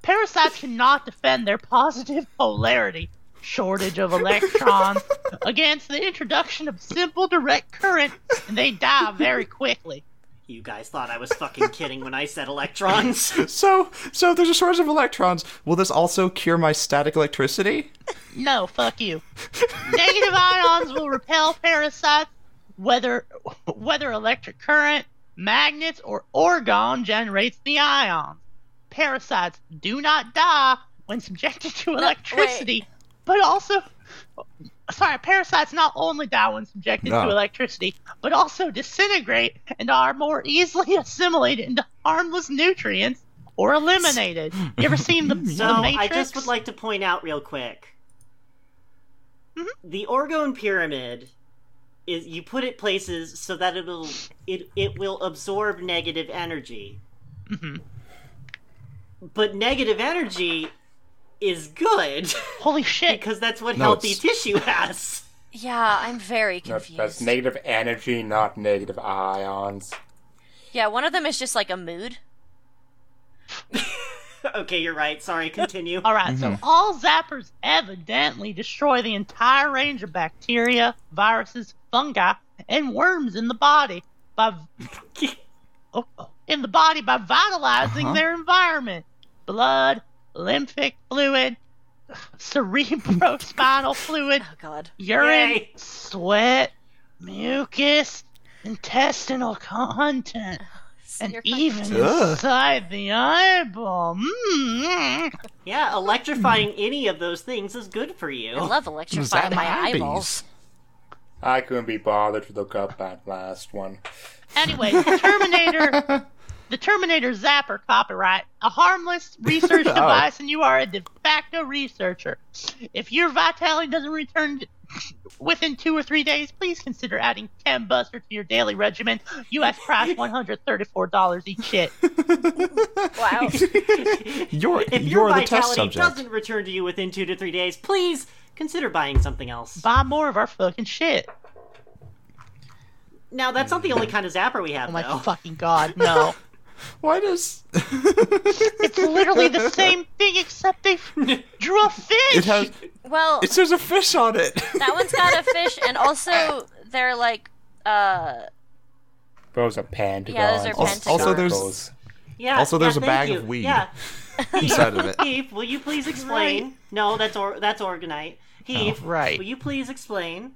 Speaker 4: Parasites cannot defend their positive polarity, shortage of electrons, against the introduction of simple direct current, and they die very quickly.
Speaker 2: You guys thought I was fucking kidding when I said electrons.
Speaker 3: So, so if there's a shortage of electrons. Will this also cure my static electricity?
Speaker 4: No, fuck you. Negative ions will repel parasites, whether whether electric current, magnets, or orgon generates the ions. Parasites do not die when subjected to electricity, but also sorry, parasites not only die when subjected
Speaker 3: No.
Speaker 4: to electricity, but also disintegrate and are more easily assimilated into harmless nutrients or eliminated. You ever seen the,
Speaker 2: So
Speaker 4: the
Speaker 2: I
Speaker 4: Matrix?
Speaker 2: just would like to point out real quick.
Speaker 1: Mm-hmm.
Speaker 2: The Orgone pyramid is you put it places so that it'll it it will absorb negative energy.
Speaker 1: Mm-hmm.
Speaker 2: But negative energy is good
Speaker 4: Holy shit!
Speaker 2: because that's what
Speaker 3: No,
Speaker 2: healthy
Speaker 3: it's-
Speaker 2: tissue has.
Speaker 1: Yeah, I'm very
Speaker 5: That-
Speaker 1: confused.
Speaker 5: that's negative energy, not negative ions.
Speaker 1: yeah, one of them is just like a mood.
Speaker 2: okay, you're right. Sorry, continue.
Speaker 4: All right, so all zappers evidently destroy the entire range of bacteria, viruses, fungi, and worms in the body by oh, oh, in the body by vitalizing
Speaker 3: Uh-huh.
Speaker 4: their environment. Blood, lymphic fluid, cerebrospinal fluid,
Speaker 1: Oh god.
Speaker 4: urine,
Speaker 2: Yay.
Speaker 4: sweat, mucus, intestinal content. And
Speaker 1: You're fucking-
Speaker 4: even
Speaker 3: Ugh.
Speaker 4: inside the eyeball. Mm.
Speaker 2: Yeah, electrifying any of those things is good for
Speaker 1: I
Speaker 2: you.
Speaker 1: love electrifying
Speaker 3: that
Speaker 1: my
Speaker 3: hobbies?
Speaker 1: eyeballs.
Speaker 5: I couldn't be bothered to look up that last one.
Speaker 4: Anyway, the Terminator, the Terminator Zapper copyright, a harmless research
Speaker 3: Oh.
Speaker 4: device, and you are a de facto researcher. If your vitality doesn't return t- within two or three days, please consider adding Cam Buster to your daily regimen. U.S. price one hundred thirty-four dollars each shit.
Speaker 1: Wow.
Speaker 3: You're
Speaker 2: If
Speaker 3: you're
Speaker 2: your
Speaker 3: the test
Speaker 2: vitality
Speaker 3: subject.
Speaker 2: doesn't return to you within two to three days, please consider buying something else.
Speaker 4: Buy more of our fucking shit.
Speaker 2: Now that's not the only kind of zapper we have,
Speaker 4: Oh my
Speaker 2: though.
Speaker 4: fucking god, no!
Speaker 3: Why does
Speaker 4: It's literally the same thing except they drew a fish.
Speaker 3: it has?
Speaker 1: well,
Speaker 3: It says a fish on it.
Speaker 1: that one's got a fish, and also they're like, uh,
Speaker 5: Those are pentagon.
Speaker 1: Yeah, those are
Speaker 3: Also- pentagons. also there's-
Speaker 2: Yeah.
Speaker 3: Also,
Speaker 2: yeah,
Speaker 3: there's a
Speaker 2: thank
Speaker 3: bag
Speaker 2: you.
Speaker 3: of weed.
Speaker 2: Yeah.
Speaker 3: inside of it.
Speaker 2: Heath, will you please explain?
Speaker 4: Right.
Speaker 2: No, that's or that's organite.
Speaker 3: Oh,
Speaker 2: Heath,
Speaker 4: right.
Speaker 2: Will you please explain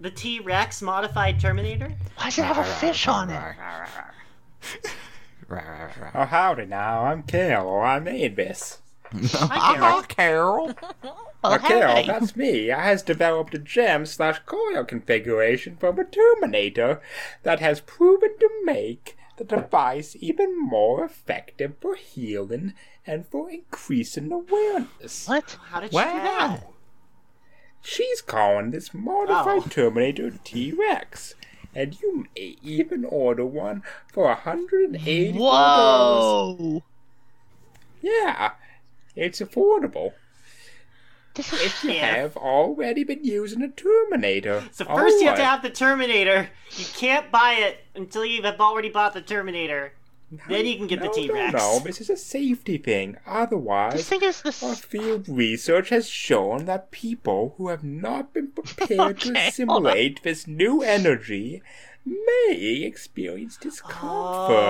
Speaker 2: the T Rex modified Terminator?
Speaker 4: Why does it have a fish on it?
Speaker 5: Oh, howdy now. I'm Carol. I made this.
Speaker 2: Hi, Carol.
Speaker 3: Uh-huh, Carol.
Speaker 4: Oh,
Speaker 5: Carol,
Speaker 4: hey.
Speaker 5: that's me. I has developed a gem slash coil configuration from a Terminator that has proven to make the device even more effective for healing and for increasing awareness.
Speaker 4: What?
Speaker 2: How did you do that?
Speaker 3: Wow.
Speaker 5: She's calling this modified
Speaker 2: Oh.
Speaker 5: Terminator T Rex. And you may even order one for 180
Speaker 4: Whoa!
Speaker 5: Yeah, it's affordable.
Speaker 4: This is
Speaker 5: If you
Speaker 2: Yeah.
Speaker 5: have already been using a Terminator.
Speaker 2: So first you have to
Speaker 3: Oh,
Speaker 5: Alright.
Speaker 2: have the Terminator. You can't buy it until you have already bought the Terminator. Then you can get the
Speaker 5: No,
Speaker 2: T Rex.
Speaker 5: No, no, this is a safety thing.
Speaker 4: This
Speaker 5: Otherwise,
Speaker 4: thing is the
Speaker 5: our
Speaker 4: s-
Speaker 5: field research has shown that people who have not been prepared
Speaker 4: Okay, hold
Speaker 5: to
Speaker 4: on.
Speaker 5: assimilate this new energy may experience discomfort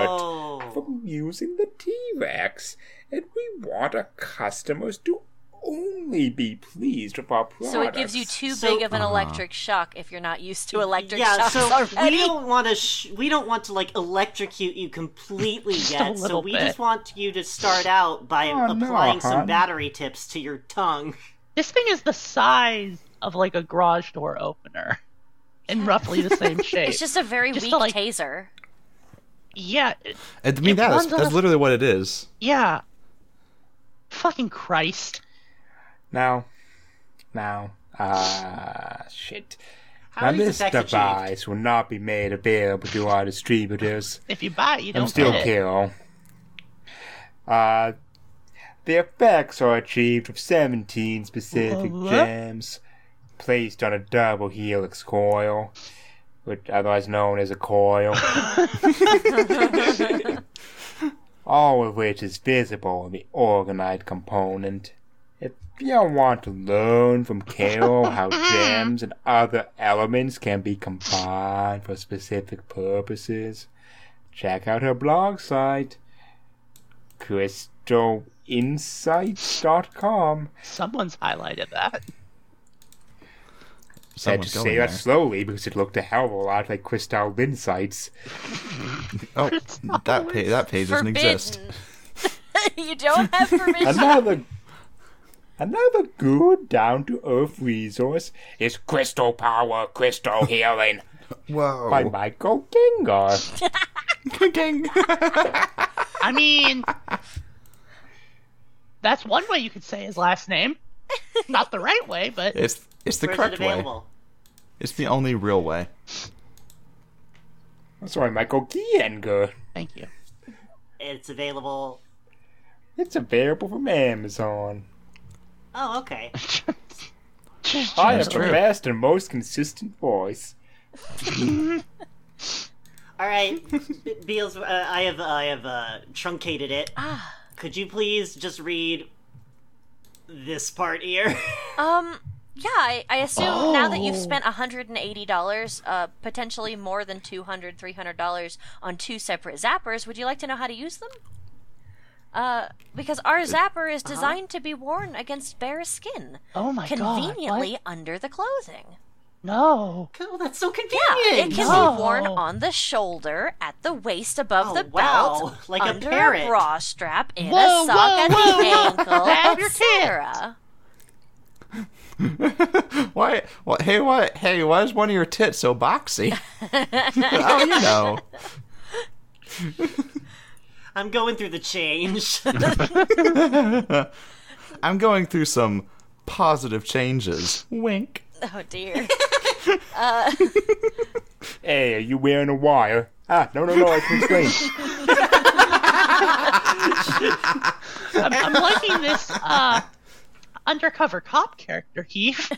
Speaker 1: Oh.
Speaker 5: from using the T Rex. And we want our customers to only be pleased with our products.
Speaker 1: so it gives you too
Speaker 2: So-
Speaker 1: big of
Speaker 4: Uh-huh.
Speaker 1: an electric shock if you're not used to electric
Speaker 2: yeah,
Speaker 1: shocks
Speaker 2: so
Speaker 1: already.
Speaker 2: we don't want to sh- we don't want to like electrocute you completely
Speaker 4: Just a
Speaker 2: yet. So
Speaker 4: little
Speaker 2: we
Speaker 4: bit.
Speaker 2: just want you to start out by
Speaker 5: Oh, no,
Speaker 2: applying some
Speaker 5: hon.
Speaker 2: battery tips to your tongue.
Speaker 4: this thing is the size of like a garage door opener, in roughly the same shape.
Speaker 1: It's just a very
Speaker 4: Just
Speaker 1: weak
Speaker 4: to, like-
Speaker 1: taser.
Speaker 4: yeah, it-
Speaker 3: I mean, that, that's,
Speaker 4: runs on
Speaker 3: that's
Speaker 4: a-
Speaker 3: literally what it is.
Speaker 4: yeah. Fucking Christ!
Speaker 5: Now, now, ah, shit.
Speaker 2: How
Speaker 5: now
Speaker 2: are these
Speaker 5: this
Speaker 2: effects achieved?
Speaker 5: device will not be made available to our distributors.
Speaker 4: If you buy it, you don't
Speaker 5: I'm still
Speaker 4: get it.
Speaker 5: Carol. Uh, the effects are achieved with 17 specific
Speaker 4: What?
Speaker 5: gems placed on a double helix coil, which otherwise known as a coil. All of which is visible in the organite component. If you want to learn from Carol how gems and other elements can be combined for specific purposes, check out her blog site, crystalInsights.com.
Speaker 4: Someone's highlighted that.
Speaker 5: I had to
Speaker 3: Someone's
Speaker 5: say
Speaker 3: going
Speaker 5: that
Speaker 3: there.
Speaker 5: slowly because it looked a hell of a lot like Crystal Insights.
Speaker 3: Oh, that page, that page doesn't
Speaker 1: Forbidden.
Speaker 3: exist.
Speaker 1: you don't have permission.
Speaker 5: Another Another good down to earth resource is Crystal Power Crystal Healing
Speaker 3: Whoa.
Speaker 5: by Michael Gengar.
Speaker 3: Gang.
Speaker 4: I mean, that's one way you could say his last name. Not the right way, but
Speaker 3: it's it's the
Speaker 2: Where is it
Speaker 3: correct way.
Speaker 2: available?
Speaker 3: It's the only real way.
Speaker 5: Sorry, Michael Gengar.
Speaker 4: thank you.
Speaker 2: It's available.
Speaker 5: It's available from Amazon.
Speaker 2: Oh, okay.
Speaker 5: I have
Speaker 3: That's
Speaker 5: the
Speaker 3: true.
Speaker 5: best and most consistent voice.
Speaker 2: All right, B- Beals. Uh, I have I have uh, truncated it.
Speaker 1: Ah.
Speaker 2: Could you please just read this part here?
Speaker 1: Um, yeah, I, I assume now that
Speaker 4: Oh.
Speaker 1: you've spent $180, uh, potentially more than $200, $300 on two separate zappers, would you like to know how to use them? Uh, because our zapper is designed to be worn against bare skin,
Speaker 4: Uh-huh. Oh my god.
Speaker 1: conveniently
Speaker 4: what?
Speaker 1: under the clothing.
Speaker 4: No.
Speaker 2: oh, that's so
Speaker 1: Yeah,
Speaker 2: convenient.
Speaker 1: it can
Speaker 4: No.
Speaker 1: be worn on the shoulder, at the waist, above
Speaker 2: Oh,
Speaker 1: the
Speaker 2: wow.
Speaker 1: belt,
Speaker 2: Like a
Speaker 1: under
Speaker 2: parrot.
Speaker 1: bra strap, in
Speaker 4: Whoa,
Speaker 1: a sock
Speaker 4: whoa,
Speaker 1: at
Speaker 4: whoa.
Speaker 1: the ankle,
Speaker 4: Grab your
Speaker 1: etc.
Speaker 3: Why? Why? Hey, why? Hey, why is one of your tits so boxy? oh, you know.
Speaker 2: I'm going through the change.
Speaker 3: I'm going through some positive changes. Wink.
Speaker 1: Oh dear.
Speaker 8: Uh,
Speaker 5: Hey, are you wearing a wire? Ah, no, no, no, I can explain.
Speaker 4: I'm, I'm liking this uh, undercover cop character, Heath.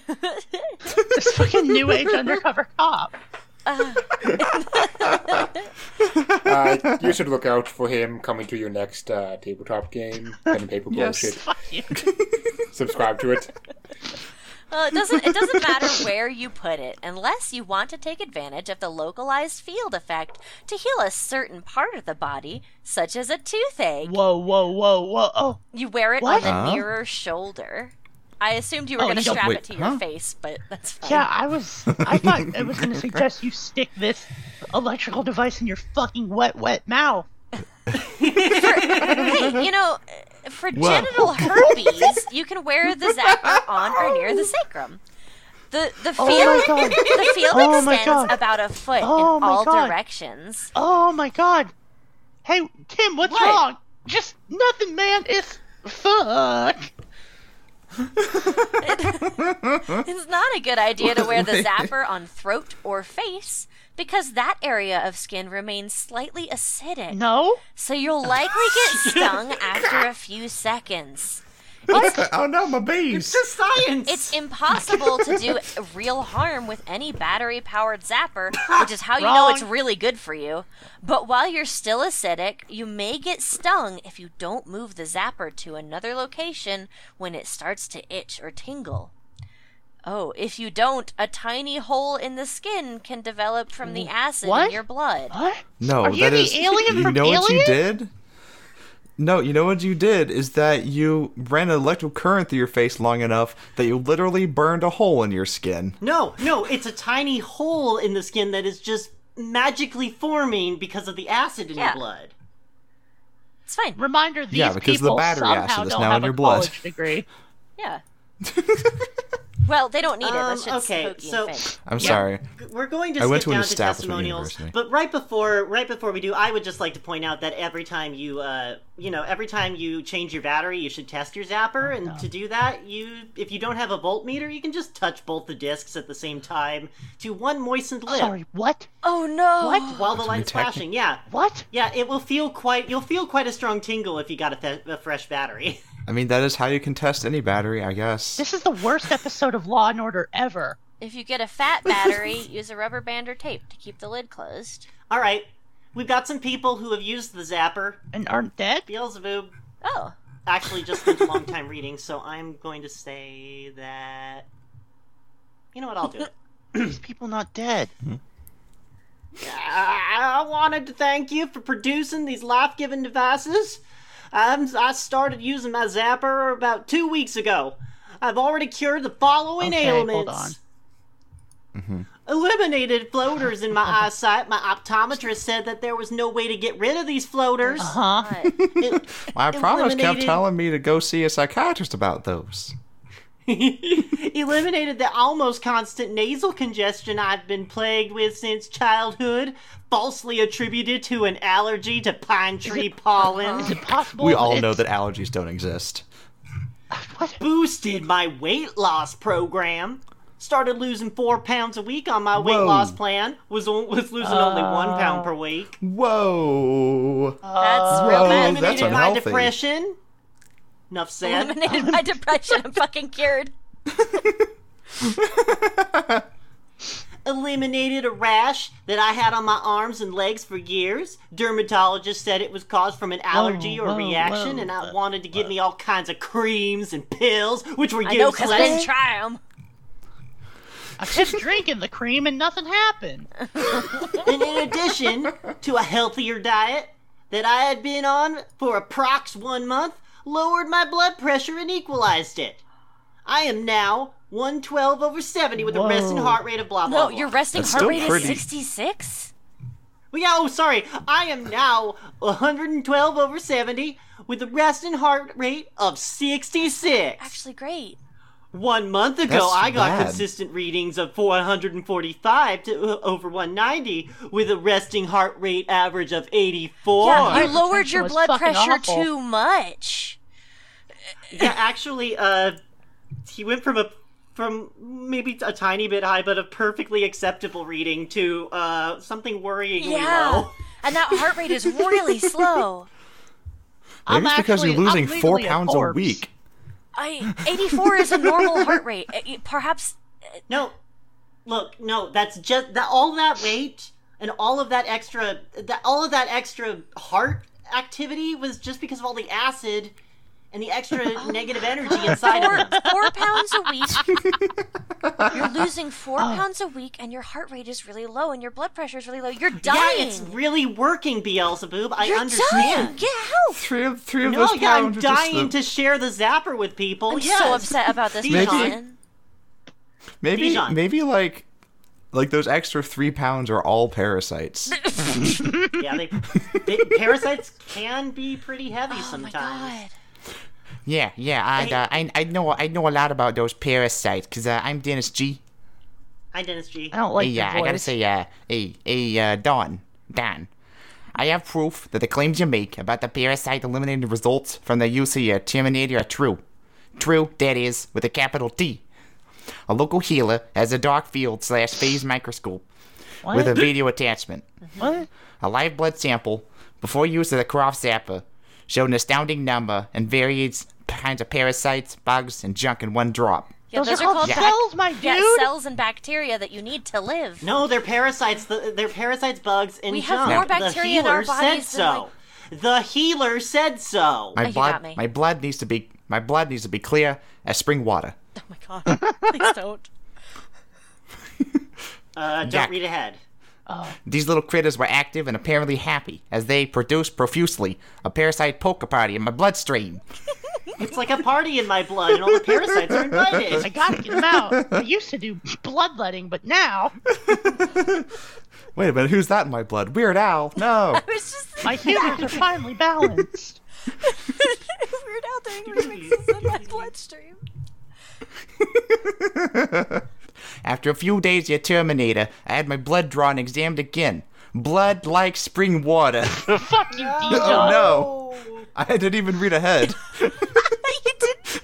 Speaker 4: this fucking new age undercover cop.
Speaker 5: uh, you should look out for him coming to your next uh, tabletop game, pen and paper
Speaker 3: Yes.
Speaker 5: bullshit.
Speaker 4: Fuck you.
Speaker 5: Subscribe to it.
Speaker 1: Well, it doesn't it doesn't matter where you put it unless you want to take advantage of the localized field effect to heal a certain part of the body, such as a toothache.
Speaker 4: Whoa, whoa, whoa, whoa. Oh,
Speaker 1: You wear it
Speaker 4: What?
Speaker 1: on the
Speaker 3: Huh?
Speaker 1: nearer shoulder. I assumed you were
Speaker 4: Oh,
Speaker 1: going to
Speaker 4: you don't-
Speaker 1: strap
Speaker 3: wait,
Speaker 1: it to
Speaker 3: huh?
Speaker 1: your face, but that's fine.
Speaker 4: yeah, I was. I thought I was going to suggest you stick this electrical device in your fucking wet, wet mouth.
Speaker 1: Hey, you know, uh, for
Speaker 3: Whoa.
Speaker 1: genital herpes, you can wear the zapper on or near the sacrum. The the field
Speaker 4: Oh my God.
Speaker 1: the field
Speaker 4: Oh my
Speaker 1: extends
Speaker 4: God.
Speaker 1: about a foot
Speaker 4: Oh
Speaker 1: in
Speaker 4: my
Speaker 1: all
Speaker 4: God.
Speaker 1: directions.
Speaker 4: Oh my god. Hey, Tim, what's
Speaker 2: What?
Speaker 4: wrong? Just nothing, man. It's fuck.
Speaker 1: It's not a good idea to wear the zapper on throat or face because that area of skin remains slightly acidic,
Speaker 4: No.
Speaker 1: so you'll likely get stung after a few seconds.
Speaker 3: Oh no, my bees.
Speaker 2: It's science.
Speaker 1: It's impossible to do real harm with any battery powered zapper, which is how you know it's
Speaker 4: Wrong.
Speaker 1: really good for you. But while you're still acidic, you may get stung if you don't move the zapper to another location when it starts to itch or tingle. Oh, if you don't, a tiny hole in the skin can develop from the acid
Speaker 4: what?
Speaker 1: in your blood.
Speaker 4: What?
Speaker 3: No,
Speaker 4: Are you
Speaker 3: that
Speaker 4: the
Speaker 3: is-
Speaker 4: alien
Speaker 3: You
Speaker 4: from
Speaker 3: know what you
Speaker 4: Alien?
Speaker 3: did? No, you know what you did is that you ran an electrical current through your face long enough that you literally burned a hole in your skin.
Speaker 2: no, no, it's a tiny hole in the skin that is just magically forming because of the acid in
Speaker 1: Yeah.
Speaker 2: your blood.
Speaker 1: It's fine.
Speaker 4: Reminder: these
Speaker 3: Yeah, because the
Speaker 4: people
Speaker 3: battery acid
Speaker 4: somehow
Speaker 3: is
Speaker 4: don't
Speaker 3: now
Speaker 4: have
Speaker 3: in
Speaker 4: a
Speaker 3: your blood.
Speaker 4: college degree.
Speaker 1: Yeah. well, they don't need it.
Speaker 2: Um,
Speaker 1: That shit's
Speaker 2: okay,
Speaker 1: hokey and
Speaker 2: so-
Speaker 1: fake.
Speaker 3: I'm sorry.
Speaker 2: We're going to
Speaker 3: I
Speaker 2: skip
Speaker 3: went to an
Speaker 2: down to
Speaker 3: establishment
Speaker 2: testimonials,
Speaker 3: university.
Speaker 2: but right before right before we do, I would just like to point out that every time you uh you know every time you change your battery, you should test your zapper,
Speaker 1: Oh,
Speaker 2: and to do that, you if you don't have a voltmeter, you can just touch both the discs at the same time to one moistened lip
Speaker 4: Sorry, what?
Speaker 1: Oh no.
Speaker 4: What?
Speaker 2: while the light's
Speaker 3: technique.
Speaker 2: flashing. Yeah,
Speaker 4: What?
Speaker 2: yeah, it will feel quite you'll feel quite a strong tingle if you got a, fe- a fresh battery.
Speaker 3: I mean, that is how you can test any battery, I guess.
Speaker 4: This is the worst episode of Law and Order ever.
Speaker 1: If you get a fat battery, use a rubber band or tape to keep the lid closed.
Speaker 2: All right, we've got some people who have used the zapper.
Speaker 4: And aren't dead?
Speaker 2: Beelzebub
Speaker 1: Oh.
Speaker 2: actually just spent a long time reading, so I'm going to say that. You know what? I'll do it.
Speaker 4: These people not dead.
Speaker 2: I, I wanted to thank you for producing these life giving devices. I'm, I started using my zapper about two weeks ago. I've already cured the following
Speaker 4: Okay, hold
Speaker 2: ailments.
Speaker 4: on.
Speaker 2: Eliminated floaters in my eyesight. My optometrist said that there was no way to get rid of these floaters.
Speaker 4: Huh?
Speaker 2: It-
Speaker 3: My promise kept
Speaker 2: eliminated-
Speaker 3: telling me to go see a psychiatrist about those.
Speaker 2: Eliminated the almost constant nasal congestion I've been plagued with since childhood, falsely attributed to an allergy to pine tree pollen.
Speaker 4: Is it possible?
Speaker 3: We all
Speaker 4: it's-
Speaker 3: know that allergies don't exist.
Speaker 2: boosted my weight loss program. Started losing four pounds a week on my weight
Speaker 3: Whoa.
Speaker 2: loss plan. Was on- was losing only one
Speaker 4: Uh,
Speaker 2: pound per week.
Speaker 3: Whoa.
Speaker 1: That's
Speaker 3: Whoa,
Speaker 1: real bad.
Speaker 3: that's
Speaker 2: Eliminated my
Speaker 3: unhealthy.
Speaker 2: depression. Enough said.
Speaker 1: Eliminated my depression. I'm fucking cured.
Speaker 2: Eliminated a rash that I had on my arms and legs for years. Dermatologist said it was caused from an allergy or
Speaker 4: whoa,
Speaker 2: reaction,
Speaker 4: whoa.
Speaker 2: and I wanted to give me all kinds of creams and pills, which were
Speaker 1: I know because I
Speaker 2: useless.
Speaker 1: didn't try 'em.
Speaker 4: I kept drinking the cream and nothing happened.
Speaker 2: and in addition to a healthier diet that I had been on for approx one month, lowered my blood pressure and equalized it. I am now 112 over 70 with a resting heart rate of blah blah.
Speaker 1: No,
Speaker 2: blah.
Speaker 1: your resting
Speaker 3: That's
Speaker 1: heart
Speaker 3: still
Speaker 1: rate
Speaker 3: pretty.
Speaker 1: is 66.
Speaker 2: Well, Yeah, oh, sorry. I am now 112 over 70 with a resting heart rate of 66.
Speaker 1: Actually, great.
Speaker 2: One month ago,
Speaker 3: That's
Speaker 2: I got
Speaker 3: bad.
Speaker 2: consistent readings of 445 to uh, over 190 with a resting heart rate average of 84.
Speaker 1: Yeah, you
Speaker 4: Hypertension
Speaker 1: lowered your
Speaker 4: was
Speaker 1: blood
Speaker 4: fucking
Speaker 1: pressure
Speaker 4: awful.
Speaker 1: too much.
Speaker 2: Yeah, actually, uh, he went from a from maybe a tiny bit high, but a perfectly acceptable reading to uh something worryingly
Speaker 1: Yeah.
Speaker 2: low.
Speaker 1: And that heart rate is really slow.
Speaker 4: I'm
Speaker 3: Maybe it's because you're
Speaker 4: actually-
Speaker 3: losing
Speaker 4: I'm
Speaker 3: four
Speaker 4: legally a
Speaker 3: pounds a,
Speaker 4: corpse.
Speaker 3: week.
Speaker 1: I 84 is a normal heart rate. Uh, you- Perhaps
Speaker 2: No, look, no, that's just that all that weight and all of that extra that all of that extra heart activity was just because of all the acid and the extra
Speaker 1: Oh
Speaker 2: negative energy inside
Speaker 1: four,
Speaker 2: of it.
Speaker 1: four pounds a week. You're losing four
Speaker 2: Oh.
Speaker 1: pounds a week, and your heart rate is really low, and your blood pressure is really low. You're dying.
Speaker 2: Yeah, it's really working, Beelzebub. I
Speaker 1: You're
Speaker 2: understand.
Speaker 1: dying. Get help.
Speaker 3: Three of three of
Speaker 2: No,
Speaker 3: those
Speaker 2: yeah, I'm
Speaker 3: pounds are just
Speaker 2: dying
Speaker 3: the-
Speaker 2: to share the zapper with people.
Speaker 1: I'm
Speaker 2: yes.
Speaker 1: so upset about this,
Speaker 2: Maybe-
Speaker 1: John.
Speaker 3: maybe
Speaker 2: Bijan.
Speaker 3: maybe like like those extra three pounds are all parasites.
Speaker 2: Yeah, they, they parasites can be pretty heavy
Speaker 1: Oh my
Speaker 2: sometimes.
Speaker 1: god.
Speaker 9: Yeah, yeah, I, uh, I, I know, I know a lot about those parasites, cause uh, I'm Dennis G.
Speaker 2: Hi, Dennis G.
Speaker 4: I don't like
Speaker 9: Hey,
Speaker 4: your
Speaker 9: uh, I gotta
Speaker 4: voice.
Speaker 9: say, uh, hey, hey, uh, Don, Don, I have proof that the claims you make about the parasite eliminating results from the use of your Terminator are true. True, that is, with a capital T. A local healer has a dark field slash phase microscope with a video attachment.
Speaker 4: What?
Speaker 9: A live blood sample before use of the Croft Zapper showed an astounding number and various kinds of parasites, bugs, and junk in one drop.
Speaker 1: Yeah,
Speaker 4: Those, are, called
Speaker 1: bac-
Speaker 4: cells, my dude.
Speaker 1: yeah, cells and bacteria that you need to live.
Speaker 2: No, they're parasites. The, they're parasites, bugs, and
Speaker 1: We have
Speaker 2: junk.
Speaker 1: more
Speaker 2: the
Speaker 1: bacteria in
Speaker 2: healer
Speaker 1: our
Speaker 2: said
Speaker 1: bodies than,
Speaker 2: so. The healer said so.
Speaker 9: My
Speaker 1: you
Speaker 9: blood,
Speaker 1: got me.
Speaker 9: my blood needs to be, my blood needs to be clear as spring water.
Speaker 1: Oh my god. Please don't.
Speaker 2: Uh, don't
Speaker 9: Jack.
Speaker 2: read ahead.
Speaker 9: These little critters were active and apparently happy, as they produced profusely a parasite poker party in my bloodstream.
Speaker 2: It's like a party in my blood, and all the parasites are
Speaker 4: I
Speaker 2: invited.
Speaker 4: gotta get them out. I used to do bloodletting, but now
Speaker 3: Wait a minute, who's that in my blood? Weird Al. No.
Speaker 1: It's just
Speaker 4: my humors are finally balanced.
Speaker 1: weird how the English mixes in my bloodstream.
Speaker 9: After a few days, your Terminator, I had my blood drawn and examined again. Blood like spring water.
Speaker 4: Fuck you, D.
Speaker 3: oh no. I didn't even read ahead.
Speaker 1: you didn't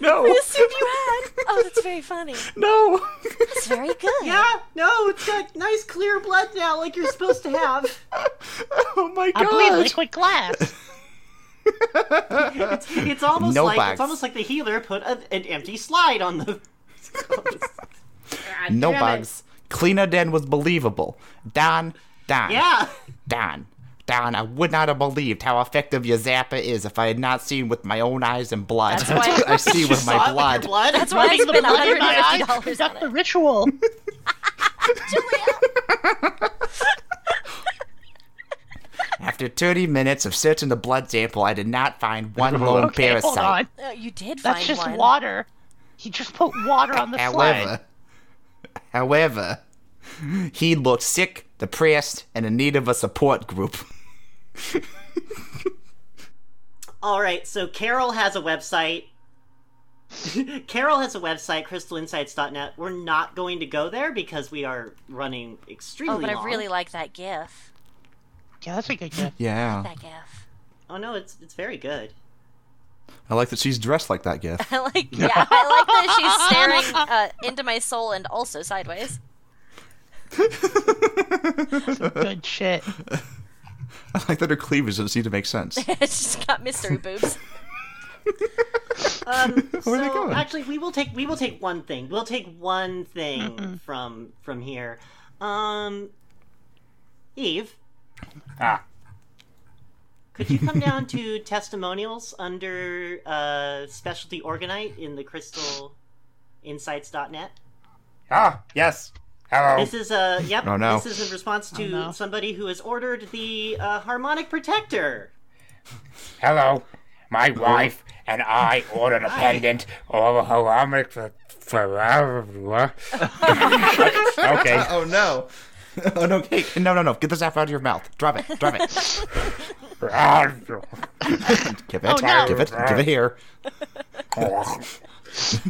Speaker 3: No.
Speaker 1: assume you had. Oh, that's very funny.
Speaker 3: No. Oh
Speaker 1: It's very good.
Speaker 2: Yeah, Ah, no, it's got nice clear blood now, like you're supposed to have.
Speaker 3: Oh my
Speaker 4: I bleed
Speaker 3: god.
Speaker 4: liquid glass.
Speaker 2: It's almost
Speaker 9: No
Speaker 2: like
Speaker 9: bugs.
Speaker 2: it's almost like the healer put a, an empty slide on the.
Speaker 9: no
Speaker 2: damn it.
Speaker 9: bugs. Cleaner than was believable. Don, Don,
Speaker 2: Yeah,
Speaker 9: Don, Don, I would not have believed how effective your Zappa is if I had not seen with my own eyes and blood. That's
Speaker 1: why-
Speaker 9: I see with
Speaker 2: Saw it
Speaker 9: my
Speaker 2: with
Speaker 9: blood.
Speaker 2: your blood.
Speaker 1: That's why I
Speaker 4: Putting the
Speaker 1: spent
Speaker 4: blood in my eyes
Speaker 1: $150
Speaker 4: to conduct
Speaker 1: on
Speaker 4: the
Speaker 1: it.
Speaker 4: ritual.
Speaker 9: After 30 minutes of searching the blood sample, I did not find one lone
Speaker 4: Okay,
Speaker 9: parasite.
Speaker 4: hold on.
Speaker 1: Uh, you did
Speaker 4: That's
Speaker 1: find
Speaker 4: just
Speaker 1: one.
Speaker 4: water. He just put water on the slide.
Speaker 9: However, however, he looked sick, depressed, and in need of a support group.
Speaker 2: All right, so Carol has a website. Carol has a website, crystalinsights.net. We're not going to go there because we are running extremely
Speaker 1: Oh, but I
Speaker 2: long.
Speaker 1: really like that GIF.
Speaker 4: Yeah, that's a good gift.
Speaker 3: Yeah.
Speaker 1: That GIF.
Speaker 2: Oh no, it's it's very good.
Speaker 3: I like that she's dressed like that gift.
Speaker 1: I like, yeah, I like that she's staring uh, into my soul and also sideways.
Speaker 4: Good shit.
Speaker 3: I like that her cleavage doesn't seem to make sense.
Speaker 1: it's just got mystery boobs.
Speaker 2: Um,
Speaker 3: Where are
Speaker 2: so
Speaker 3: they going?
Speaker 2: actually, we will take we will take one thing. We'll take one thing from from here. Um, Eve,
Speaker 8: Ah,
Speaker 2: could you come down to testimonials under uh, specialty organite in the crystal insights.net
Speaker 8: ah, yes. Hello.
Speaker 2: this is uh, yep
Speaker 3: Oh, no.
Speaker 2: this is in response to
Speaker 4: no.
Speaker 2: somebody who has ordered the uh, harmonic protector
Speaker 8: Hello. My wife and I ordered a pendant or a harmonic for. for okay.
Speaker 9: Oh no.
Speaker 3: oh no, Kate.
Speaker 9: Hey, no, no, no. Get the zap out of your mouth. Drop it. Drop it.
Speaker 3: Give it.
Speaker 4: Oh, no.
Speaker 3: Give it. Give it here.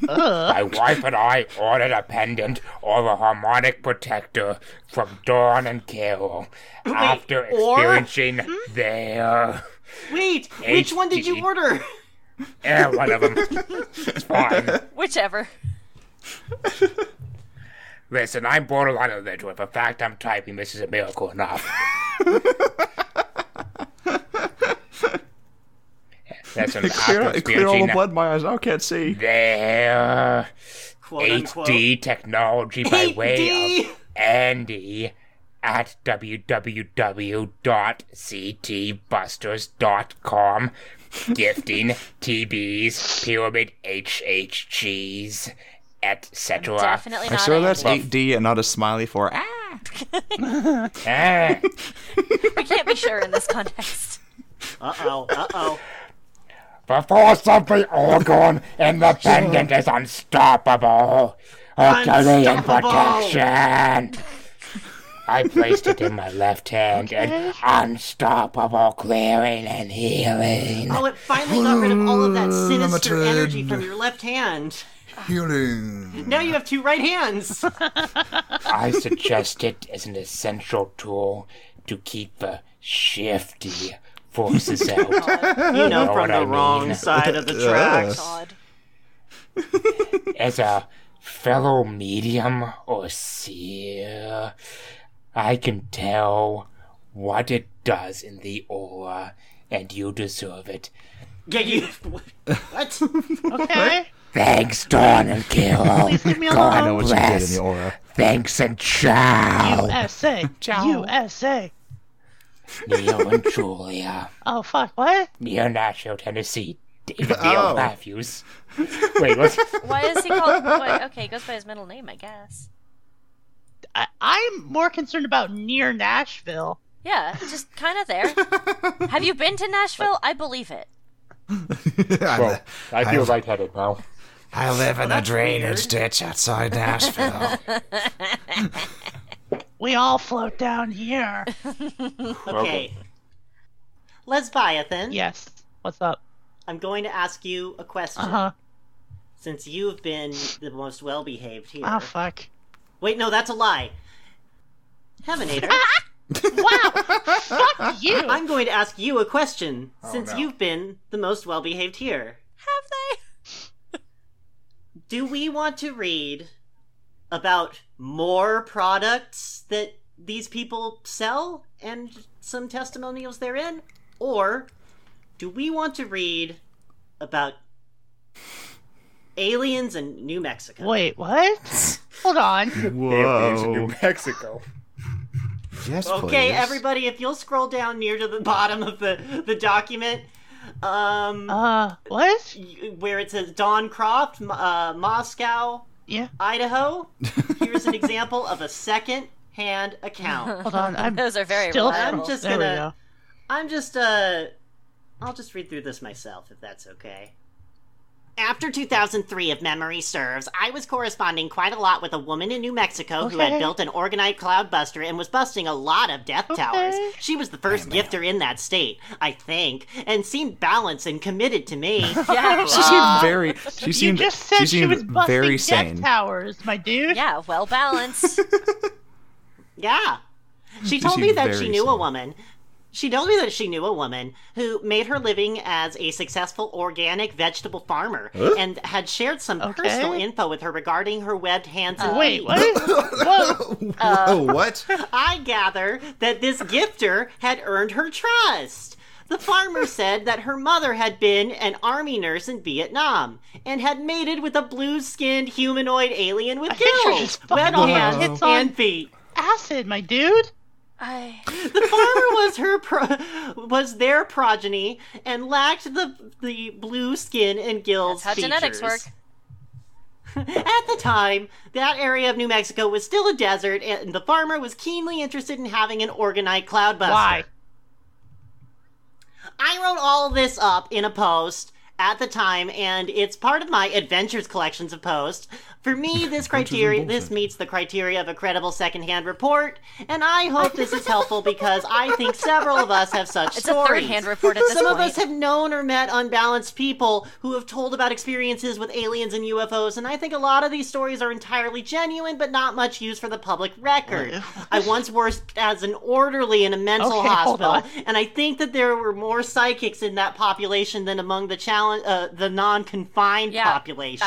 Speaker 8: My wife and I ordered a pendant or a harmonic protector from Dawn and Carol after
Speaker 2: or-
Speaker 8: experiencing their.
Speaker 2: wait which one did you
Speaker 8: HD.
Speaker 2: order
Speaker 8: Eh, one of them. It's fine.
Speaker 1: Whichever.
Speaker 8: Listen, I'm borderline illiterate. For fact, I'm typing this is a miracle enough. Listen,
Speaker 3: Clear, it clear
Speaker 8: after
Speaker 3: all the
Speaker 8: experiencing
Speaker 3: blood in my eyes. Now I can't see.
Speaker 8: their
Speaker 2: quote unquote
Speaker 8: HD technology by way of
Speaker 2: 8D.
Speaker 8: Andy at www.ctbusters.com gifting TBs, pyramid HHGs, etc.
Speaker 1: Definitely
Speaker 3: I'm
Speaker 1: not.
Speaker 3: sure that's
Speaker 1: Andy.
Speaker 3: 8D and not a smiley for ah.
Speaker 8: Eh.
Speaker 1: We can't be sure in this context.
Speaker 2: uh-oh uh-oh
Speaker 8: Before something Orgon and the pendant is unstoppable. Herculean
Speaker 2: Unstoppable.
Speaker 8: protection. I placed it in my left hand and unstoppable clearing and healing.
Speaker 2: oh it finally got rid of all of that sinister
Speaker 3: Limited.
Speaker 2: energy from your left hand
Speaker 3: Healing.
Speaker 2: now you have two right hands
Speaker 8: I suggest it as an essential tool to keep the shifty forces out.
Speaker 2: you know
Speaker 8: what
Speaker 2: from the
Speaker 8: I
Speaker 2: wrong
Speaker 8: mean.
Speaker 2: side of the tracks
Speaker 1: God.
Speaker 8: as a fellow medium or seer, I can tell what it does in the aura, and you deserve it.
Speaker 2: yeah you what
Speaker 4: Okay.
Speaker 8: Thanks, Dawn and Carol.
Speaker 4: Leave me
Speaker 3: I know
Speaker 4: alone.
Speaker 3: what you did in the aura.
Speaker 8: Thanks and ciao,
Speaker 4: USA. USA.
Speaker 8: Neil and Julia.
Speaker 4: Oh fuck. What?
Speaker 8: Near Nashville, Tennessee. David
Speaker 3: Oh.
Speaker 8: Neil Matthews. Wait, what's
Speaker 1: Why is he called? Wait, okay, he goes by his middle name, I guess.
Speaker 4: I- I'm more concerned about near Nashville.
Speaker 1: Yeah, just kind of there. Have you been to Nashville? I believe it.
Speaker 8: Well, I feel lightheaded now.
Speaker 9: I live in a drainage ditch outside Nashville.
Speaker 4: We all float down here.
Speaker 2: okay lesbiathan
Speaker 4: yes. What's up?
Speaker 2: I'm going to ask you a question.
Speaker 4: Uh huh.
Speaker 2: Since you've been the most well behaved here.
Speaker 4: Oh fuck.
Speaker 2: Wait, no, that's a lie. Heavenator,
Speaker 4: You.
Speaker 2: I'm going to ask you a question since you've been the most well behaved here.
Speaker 1: Have they?
Speaker 2: Do we want to read about more products that these people sell and some testimonials therein? Or do we want to read about aliens in New Mexico?
Speaker 4: Wait. What? Hold on.
Speaker 3: Whoa.
Speaker 8: Mexico.
Speaker 3: Yes,
Speaker 2: Okay,
Speaker 3: please.
Speaker 2: everybody, if you'll scroll down near to the bottom of the the document, um,
Speaker 4: Uh. What?
Speaker 2: y- where it says Don Croft, M- uh, Moscow,
Speaker 4: Yeah.
Speaker 2: Idaho. Here's an example of a second-hand account.
Speaker 4: Hold on. I'm
Speaker 1: Those are very
Speaker 4: still.
Speaker 1: reliable.
Speaker 2: I'm just
Speaker 4: there we
Speaker 2: gonna-
Speaker 4: go.
Speaker 2: I'm just uh, I'll just read through this myself if that's okay. after 2003, if memory serves, I was corresponding quite a lot with a woman in New Mexico who had
Speaker 4: Okay.
Speaker 2: built an organized cloud buster and was busting a lot of death towers. She was the first gifter in that state, I think, and seemed balanced and committed to me.
Speaker 1: Yeah.
Speaker 3: She seemed very. She
Speaker 4: You
Speaker 3: seemed.
Speaker 4: just said
Speaker 3: she
Speaker 4: she,
Speaker 3: seemed
Speaker 4: was busting
Speaker 3: very
Speaker 4: death
Speaker 3: sane.
Speaker 4: towers, my dude.
Speaker 1: yeah, well balanced.
Speaker 2: Yeah. She told me
Speaker 3: seemed
Speaker 2: that
Speaker 3: very
Speaker 2: she knew a
Speaker 3: sane.
Speaker 2: woman. She told me that she knew a woman who made her living as a successful organic vegetable farmer and had shared some personal info with her regarding her webbed hands and
Speaker 4: Uh, Wait,
Speaker 2: feet.
Speaker 4: what? Whoa.
Speaker 3: oh, what?
Speaker 2: I gather that this gifter had earned her trust. The farmer said that her mother had been an army nurse in Vietnam and had mated with a blue skinned humanoid alien with
Speaker 4: think you're
Speaker 2: gills,
Speaker 4: just fucking
Speaker 2: webbed
Speaker 4: on
Speaker 2: hands,
Speaker 4: hits on-
Speaker 2: and feet.
Speaker 4: Acid, my dude.
Speaker 1: I...
Speaker 2: The farmer was her pro- was their progeny and lacked the the blue skin and gills.
Speaker 1: That's how genetics work.
Speaker 2: features. At the time, that area of New Mexico was still a desert, and the farmer was keenly interested in having an organite cloudbuster.
Speaker 4: Why?
Speaker 2: I wrote all this up in a post at the time, and it's part of my adventures collections of posts. For me, this criteria this meets the criteria of a credible secondhand report, and I hope this is helpful because I think several of us have such
Speaker 1: It's a
Speaker 2: stories.
Speaker 1: third-hand report at this
Speaker 2: Some
Speaker 1: point.
Speaker 2: of us have known or met unbalanced people who have told about experiences with aliens and UFOs, and I think a lot of these stories are entirely genuine but not much used for the public record. I once worked as an orderly in a mental
Speaker 4: Okay, hold
Speaker 2: hospital,
Speaker 4: on.
Speaker 2: and I think that there were more psychics in that population than among the challenge, uh, the non-confined
Speaker 1: Yeah,
Speaker 2: population.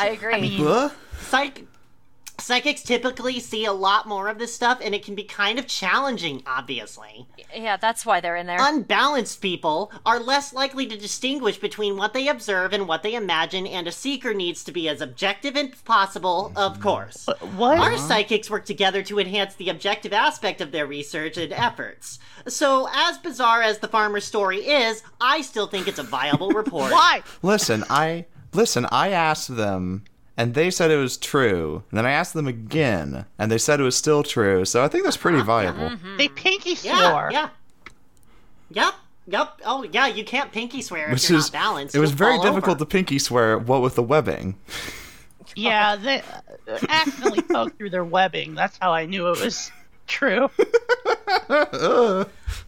Speaker 1: I agree.
Speaker 3: Huh?
Speaker 2: Psych- psychics typically see a lot more of this stuff, and it can be kind of challenging, obviously.
Speaker 1: yeah, that's why they're in there.
Speaker 2: Unbalanced people are less likely to distinguish between what they observe and what they imagine, and a seeker needs to be as objective as possible, of course.
Speaker 4: What?
Speaker 3: Uh-huh.
Speaker 2: Our psychics work together to enhance the objective aspect of their research and efforts. So, as bizarre as the farmer's story is, I still think it's a viable report.
Speaker 4: Why?
Speaker 3: Listen, I listen. I asked them, and they said it was true. And then I asked them again, and they said it was still true. So I think that's pretty viable.
Speaker 4: They pinky swore.
Speaker 2: Yeah, yeah. Yep, yep. Oh, yeah, you can't pinky swear
Speaker 3: Which
Speaker 2: if you're
Speaker 3: is,
Speaker 2: not balanced.
Speaker 3: it was
Speaker 2: You'll
Speaker 3: very
Speaker 2: fall
Speaker 3: difficult
Speaker 2: over.
Speaker 3: to pinky swear. What with the webbing?
Speaker 4: Yeah, they uh, accidentally poked through their webbing. That's how I knew it was true.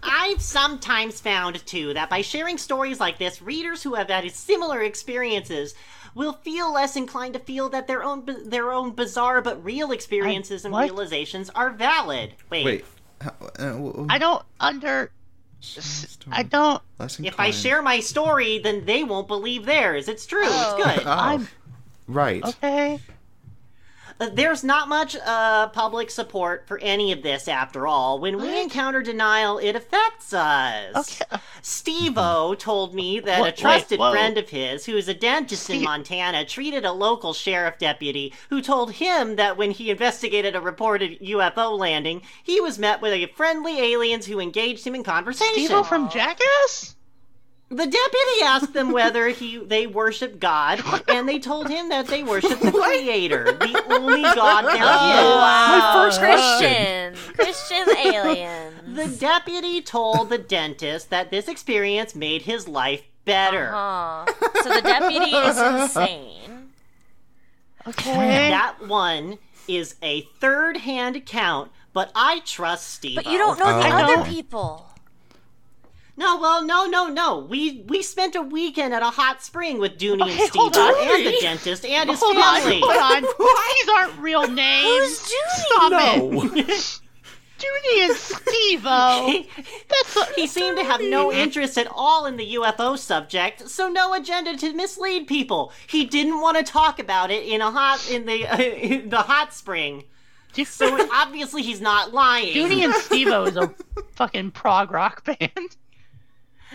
Speaker 2: I've sometimes found, too, that by sharing stories like this, readers who have had similar experiences will feel less inclined to feel that their own their own bizarre but real experiences and
Speaker 4: what?
Speaker 2: realizations are valid. Wait,
Speaker 3: uh,
Speaker 4: I don't under. I don't.
Speaker 2: if I share my story, then they won't believe theirs. It's true.
Speaker 4: Oh.
Speaker 2: It's good.
Speaker 4: I'm
Speaker 3: Oh,
Speaker 4: Oh,
Speaker 3: right.
Speaker 4: okay.
Speaker 2: Uh, there's not much uh, public support for any of this after all. When we encounter denial, it affects us.
Speaker 4: Okay.
Speaker 2: Steve O told me that
Speaker 4: What-
Speaker 2: a trusted
Speaker 4: wait, whoa.
Speaker 2: friend of his, who is a dentist in Montana, treated a local sheriff deputy who told him that when he investigated a reported UFO landing, he was met with a friendly aliens who engaged him in conversation.
Speaker 4: People from Jackass?
Speaker 2: The deputy asked them whether he they worship God, and they told him that they worship the Creator, the only God
Speaker 4: Oh,
Speaker 2: there is.
Speaker 1: wow.
Speaker 3: first
Speaker 1: Christian. Christian aliens.
Speaker 2: The deputy told the dentist that this experience made his life better.
Speaker 4: Uh-huh.
Speaker 1: Huh. So the deputy is insane.
Speaker 4: Okay.
Speaker 2: That one is a third hand account, but I trust Steve.
Speaker 1: But you don't know Oh, the
Speaker 3: I
Speaker 1: other
Speaker 3: don't-
Speaker 1: people.
Speaker 2: No, well, no, no, no. We we spent a weekend at a hot spring with Dooney
Speaker 4: Okay,
Speaker 2: and Steve
Speaker 4: hold on.
Speaker 2: and the dentist and his
Speaker 4: Hold on,
Speaker 2: family.
Speaker 4: hold on. These aren't real names.
Speaker 1: Who's Judy?
Speaker 4: Stop it. Judy and Steve-O. That's what
Speaker 2: He seemed to have no interest at all in the UFO subject, so no agenda to mislead people. He didn't want to talk about it in a hot in the in the hot spring. So it- obviously he's not lying.
Speaker 4: Judy and Steve-O is a fucking prog rock band.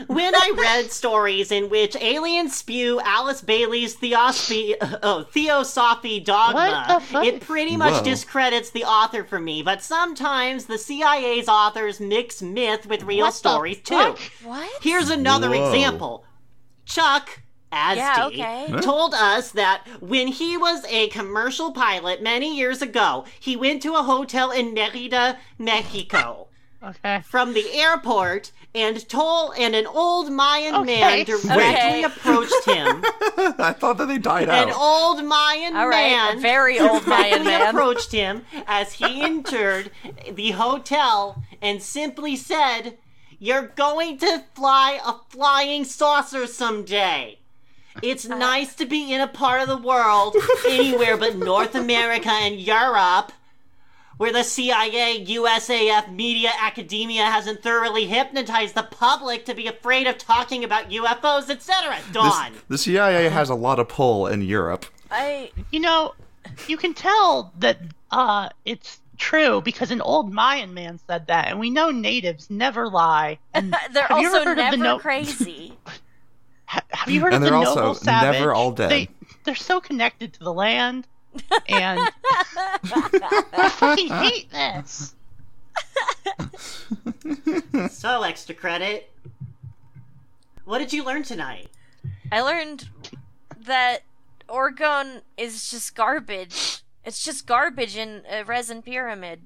Speaker 2: When I read stories in which aliens spew Alice Bailey's theosophy, oh, theosophy
Speaker 4: What
Speaker 2: dogma,
Speaker 4: the fuck?
Speaker 2: it pretty much
Speaker 3: Whoa.
Speaker 2: discredits the author for me. But sometimes the CIA's authors mix myth with real
Speaker 4: What the
Speaker 2: stories too.
Speaker 4: fuck?
Speaker 1: What?
Speaker 2: Here's another
Speaker 3: Whoa.
Speaker 2: example. Chuck Asdi
Speaker 1: Yeah, okay. Huh?
Speaker 2: told us that when he was a commercial pilot many years ago, he went to a hotel in Merida, Mexico.
Speaker 4: Okay.
Speaker 2: from the airport, and toll and an old Mayan man
Speaker 4: Okay.
Speaker 2: directly
Speaker 1: Okay.
Speaker 2: approached him.
Speaker 3: I thought that they died
Speaker 2: An
Speaker 3: out.
Speaker 2: old Mayan
Speaker 1: All right,
Speaker 2: man
Speaker 1: a very old Mayan
Speaker 2: directly
Speaker 1: man.
Speaker 2: approached him as he entered the hotel and simply said, "You're going to fly a flying saucer someday." It's nice to be in a part of the world, anywhere but North America and Europe, where the CIA, USAF, media, academia hasn't thoroughly hypnotized the public to be afraid of talking about UFOs, etc.
Speaker 3: This-
Speaker 2: Dawn.
Speaker 3: the CIA has a lot of pull in Europe.
Speaker 1: I
Speaker 4: You know, you can tell that uh, it's true because an old Mayan man said that, and we know natives never lie. And
Speaker 1: they're
Speaker 4: Have you ever
Speaker 1: also
Speaker 4: heard of the
Speaker 1: never
Speaker 4: no-
Speaker 1: crazy.
Speaker 4: ha- have you heard
Speaker 3: And
Speaker 4: of the
Speaker 3: they're also
Speaker 4: noble savage?
Speaker 3: never all dead.
Speaker 4: They, they're so connected to the land, and I fucking hate this.
Speaker 2: So extra credit. What did you learn tonight?
Speaker 1: I learned that Orgone is just garbage. It's just garbage in a resin pyramid,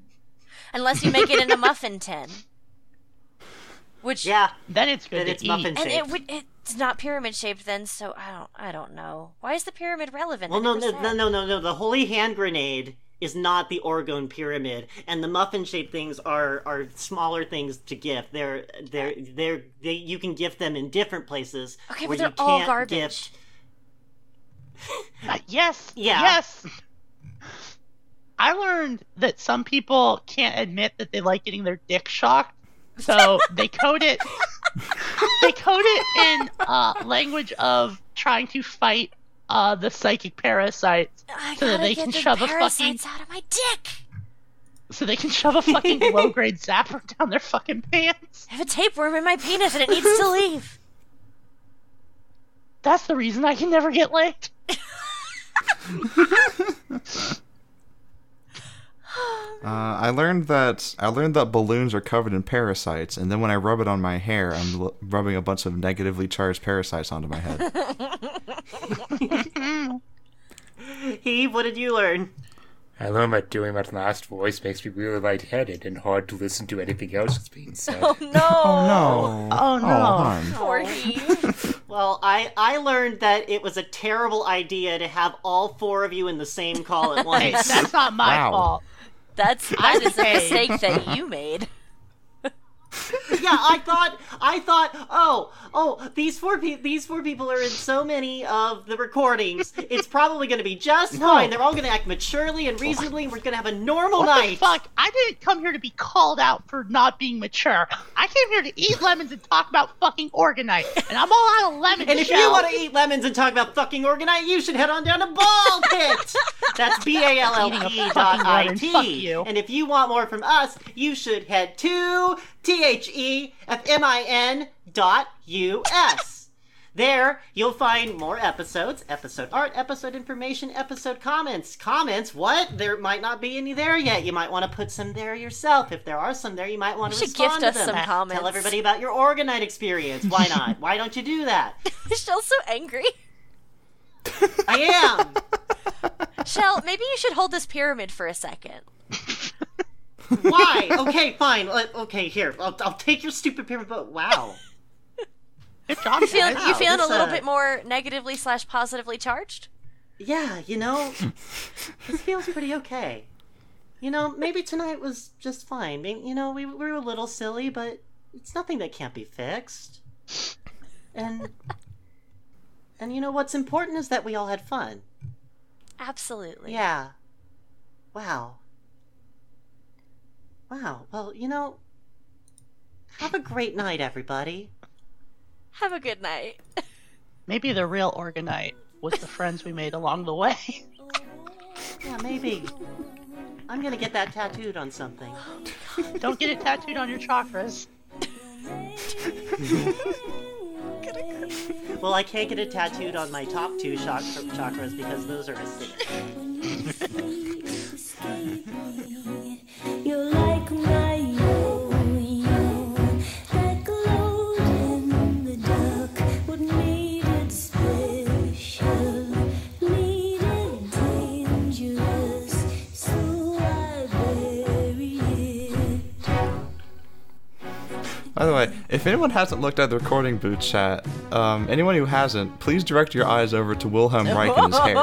Speaker 1: unless you make it in a muffin tin. Which
Speaker 2: Yeah,
Speaker 4: Then it's good
Speaker 2: that
Speaker 4: to
Speaker 2: it's
Speaker 4: eat.
Speaker 2: muffin
Speaker 1: and it
Speaker 2: shaped.
Speaker 1: would it's not pyramid shaped then, so I don't I don't know. Why is the pyramid relevant?
Speaker 2: Well,
Speaker 1: I
Speaker 2: no,
Speaker 1: never
Speaker 2: no,
Speaker 1: said.
Speaker 2: no, no, no, no. The holy hand grenade is not the Oregon pyramid, and the muffin-shaped things are are smaller things to gift. They're they're they're they. You can gift them in different places.
Speaker 1: Okay,
Speaker 2: where
Speaker 1: but they're
Speaker 2: you
Speaker 1: all
Speaker 2: can't
Speaker 1: garbage.
Speaker 2: Gift.
Speaker 4: Uh, yes.
Speaker 2: Yeah.
Speaker 4: Yes. I learned that some people can't admit that they like getting their dick shocked, so they code it. they code it in uh, language of trying to fight uh, the psychic parasites,
Speaker 1: I
Speaker 4: so
Speaker 1: gotta
Speaker 4: that they
Speaker 1: get
Speaker 4: can
Speaker 1: the
Speaker 4: shove a fucking
Speaker 1: parasites out of my dick.
Speaker 4: so they can shove a fucking low grade zapper down their fucking pants.
Speaker 1: I have a tapeworm in my penis and it needs to leave.
Speaker 4: That's the reason I can never get laid.
Speaker 3: Uh, I learned that I learned that balloons are covered in parasites, and then when I rub it on my hair, I'm l- rubbing a bunch of negatively charged parasites onto my head.
Speaker 2: Heave. What did you learn?
Speaker 5: I learned that doing that last voice makes me really lightheaded and hard to listen to anything else that's being said.
Speaker 1: No,
Speaker 3: No.
Speaker 4: Oh, no.
Speaker 3: hon.
Speaker 1: poor Heath.
Speaker 2: Well, I I learned that it was a terrible idea to have all four of you in the same call at
Speaker 4: Hey,
Speaker 2: once.
Speaker 4: that's not my
Speaker 9: Wow.
Speaker 4: fault.
Speaker 1: That's that is a
Speaker 4: Okay.
Speaker 1: mistake that you made.
Speaker 2: yeah, I thought, I thought, oh, oh, these four people, these four people are in so many of the recordings. It's probably going to be just fine. They're all going to act maturely and reasonably. and We're going to have a normal
Speaker 4: What the
Speaker 2: night.
Speaker 4: fuck? I didn't come here to be called out for not being mature. I came here to eat lemons and talk about fucking organite, and I'm all out of lemon
Speaker 2: And if you
Speaker 4: shell.
Speaker 2: want to eat lemons and talk about fucking organite, you should head on down to Ball Pit. That's B A L L
Speaker 4: Eating
Speaker 2: E
Speaker 4: a
Speaker 2: dot
Speaker 4: fucking
Speaker 2: I
Speaker 4: lemon, fuck
Speaker 2: T.
Speaker 4: you.
Speaker 2: And if you want more from us, you should head to T H E F M I N dot U S. There, you'll find more episodes, episode art, episode information, episode comments. Comments, what? There might not be any there yet. You might want to put some there yourself. If there are some there, you might want to
Speaker 1: You should
Speaker 2: respond
Speaker 1: gift us
Speaker 2: to them.
Speaker 1: some comments.
Speaker 2: Tell everybody about your Organite experience. Why not? Why don't you do that?
Speaker 1: Shell's so angry.
Speaker 2: I am.
Speaker 1: Shell, maybe you should hold this pyramid for a second.
Speaker 2: Why? Okay, fine. Let- okay, here. I'll, I'll take your stupid paper boat. Wow.
Speaker 4: Good job,
Speaker 1: You feel
Speaker 4: guys.
Speaker 1: you feeling a
Speaker 2: this,
Speaker 1: little
Speaker 2: uh,
Speaker 1: bit more negatively slash positively charged?
Speaker 2: Yeah, you know, this feels pretty okay. You know, maybe tonight was just fine. Maybe, you know, we, we were a little silly, but it's nothing that can't be fixed. And and you know what's important is that we all had fun.
Speaker 1: Absolutely.
Speaker 2: Yeah. Wow. Wow. Well, you know, have a great night, everybody.
Speaker 1: Have a good night.
Speaker 4: Maybe the real organite was the friends we made along the way.
Speaker 2: Yeah, maybe. I'm gonna get that tattooed on something.
Speaker 4: Don't get it tattooed on your chakras.
Speaker 2: Well, I can't get it tattooed on my top two chak- chakras because those are acidic.
Speaker 6: You're like my yo-yo, like a load in the dark. What made it special? Made it dangerous, so I bury it.
Speaker 3: the way, if anyone hasn't looked at the recording boot chat, um, anyone who hasn't, please direct your eyes over to Wilhelm Reich and his hair.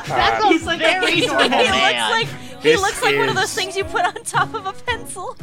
Speaker 4: That's a
Speaker 2: He's like a
Speaker 4: very
Speaker 2: baby.
Speaker 4: normal
Speaker 1: he
Speaker 4: man.
Speaker 1: looks like he
Speaker 5: This
Speaker 1: looks like one of
Speaker 5: is-
Speaker 1: those things you put on top of a pencil.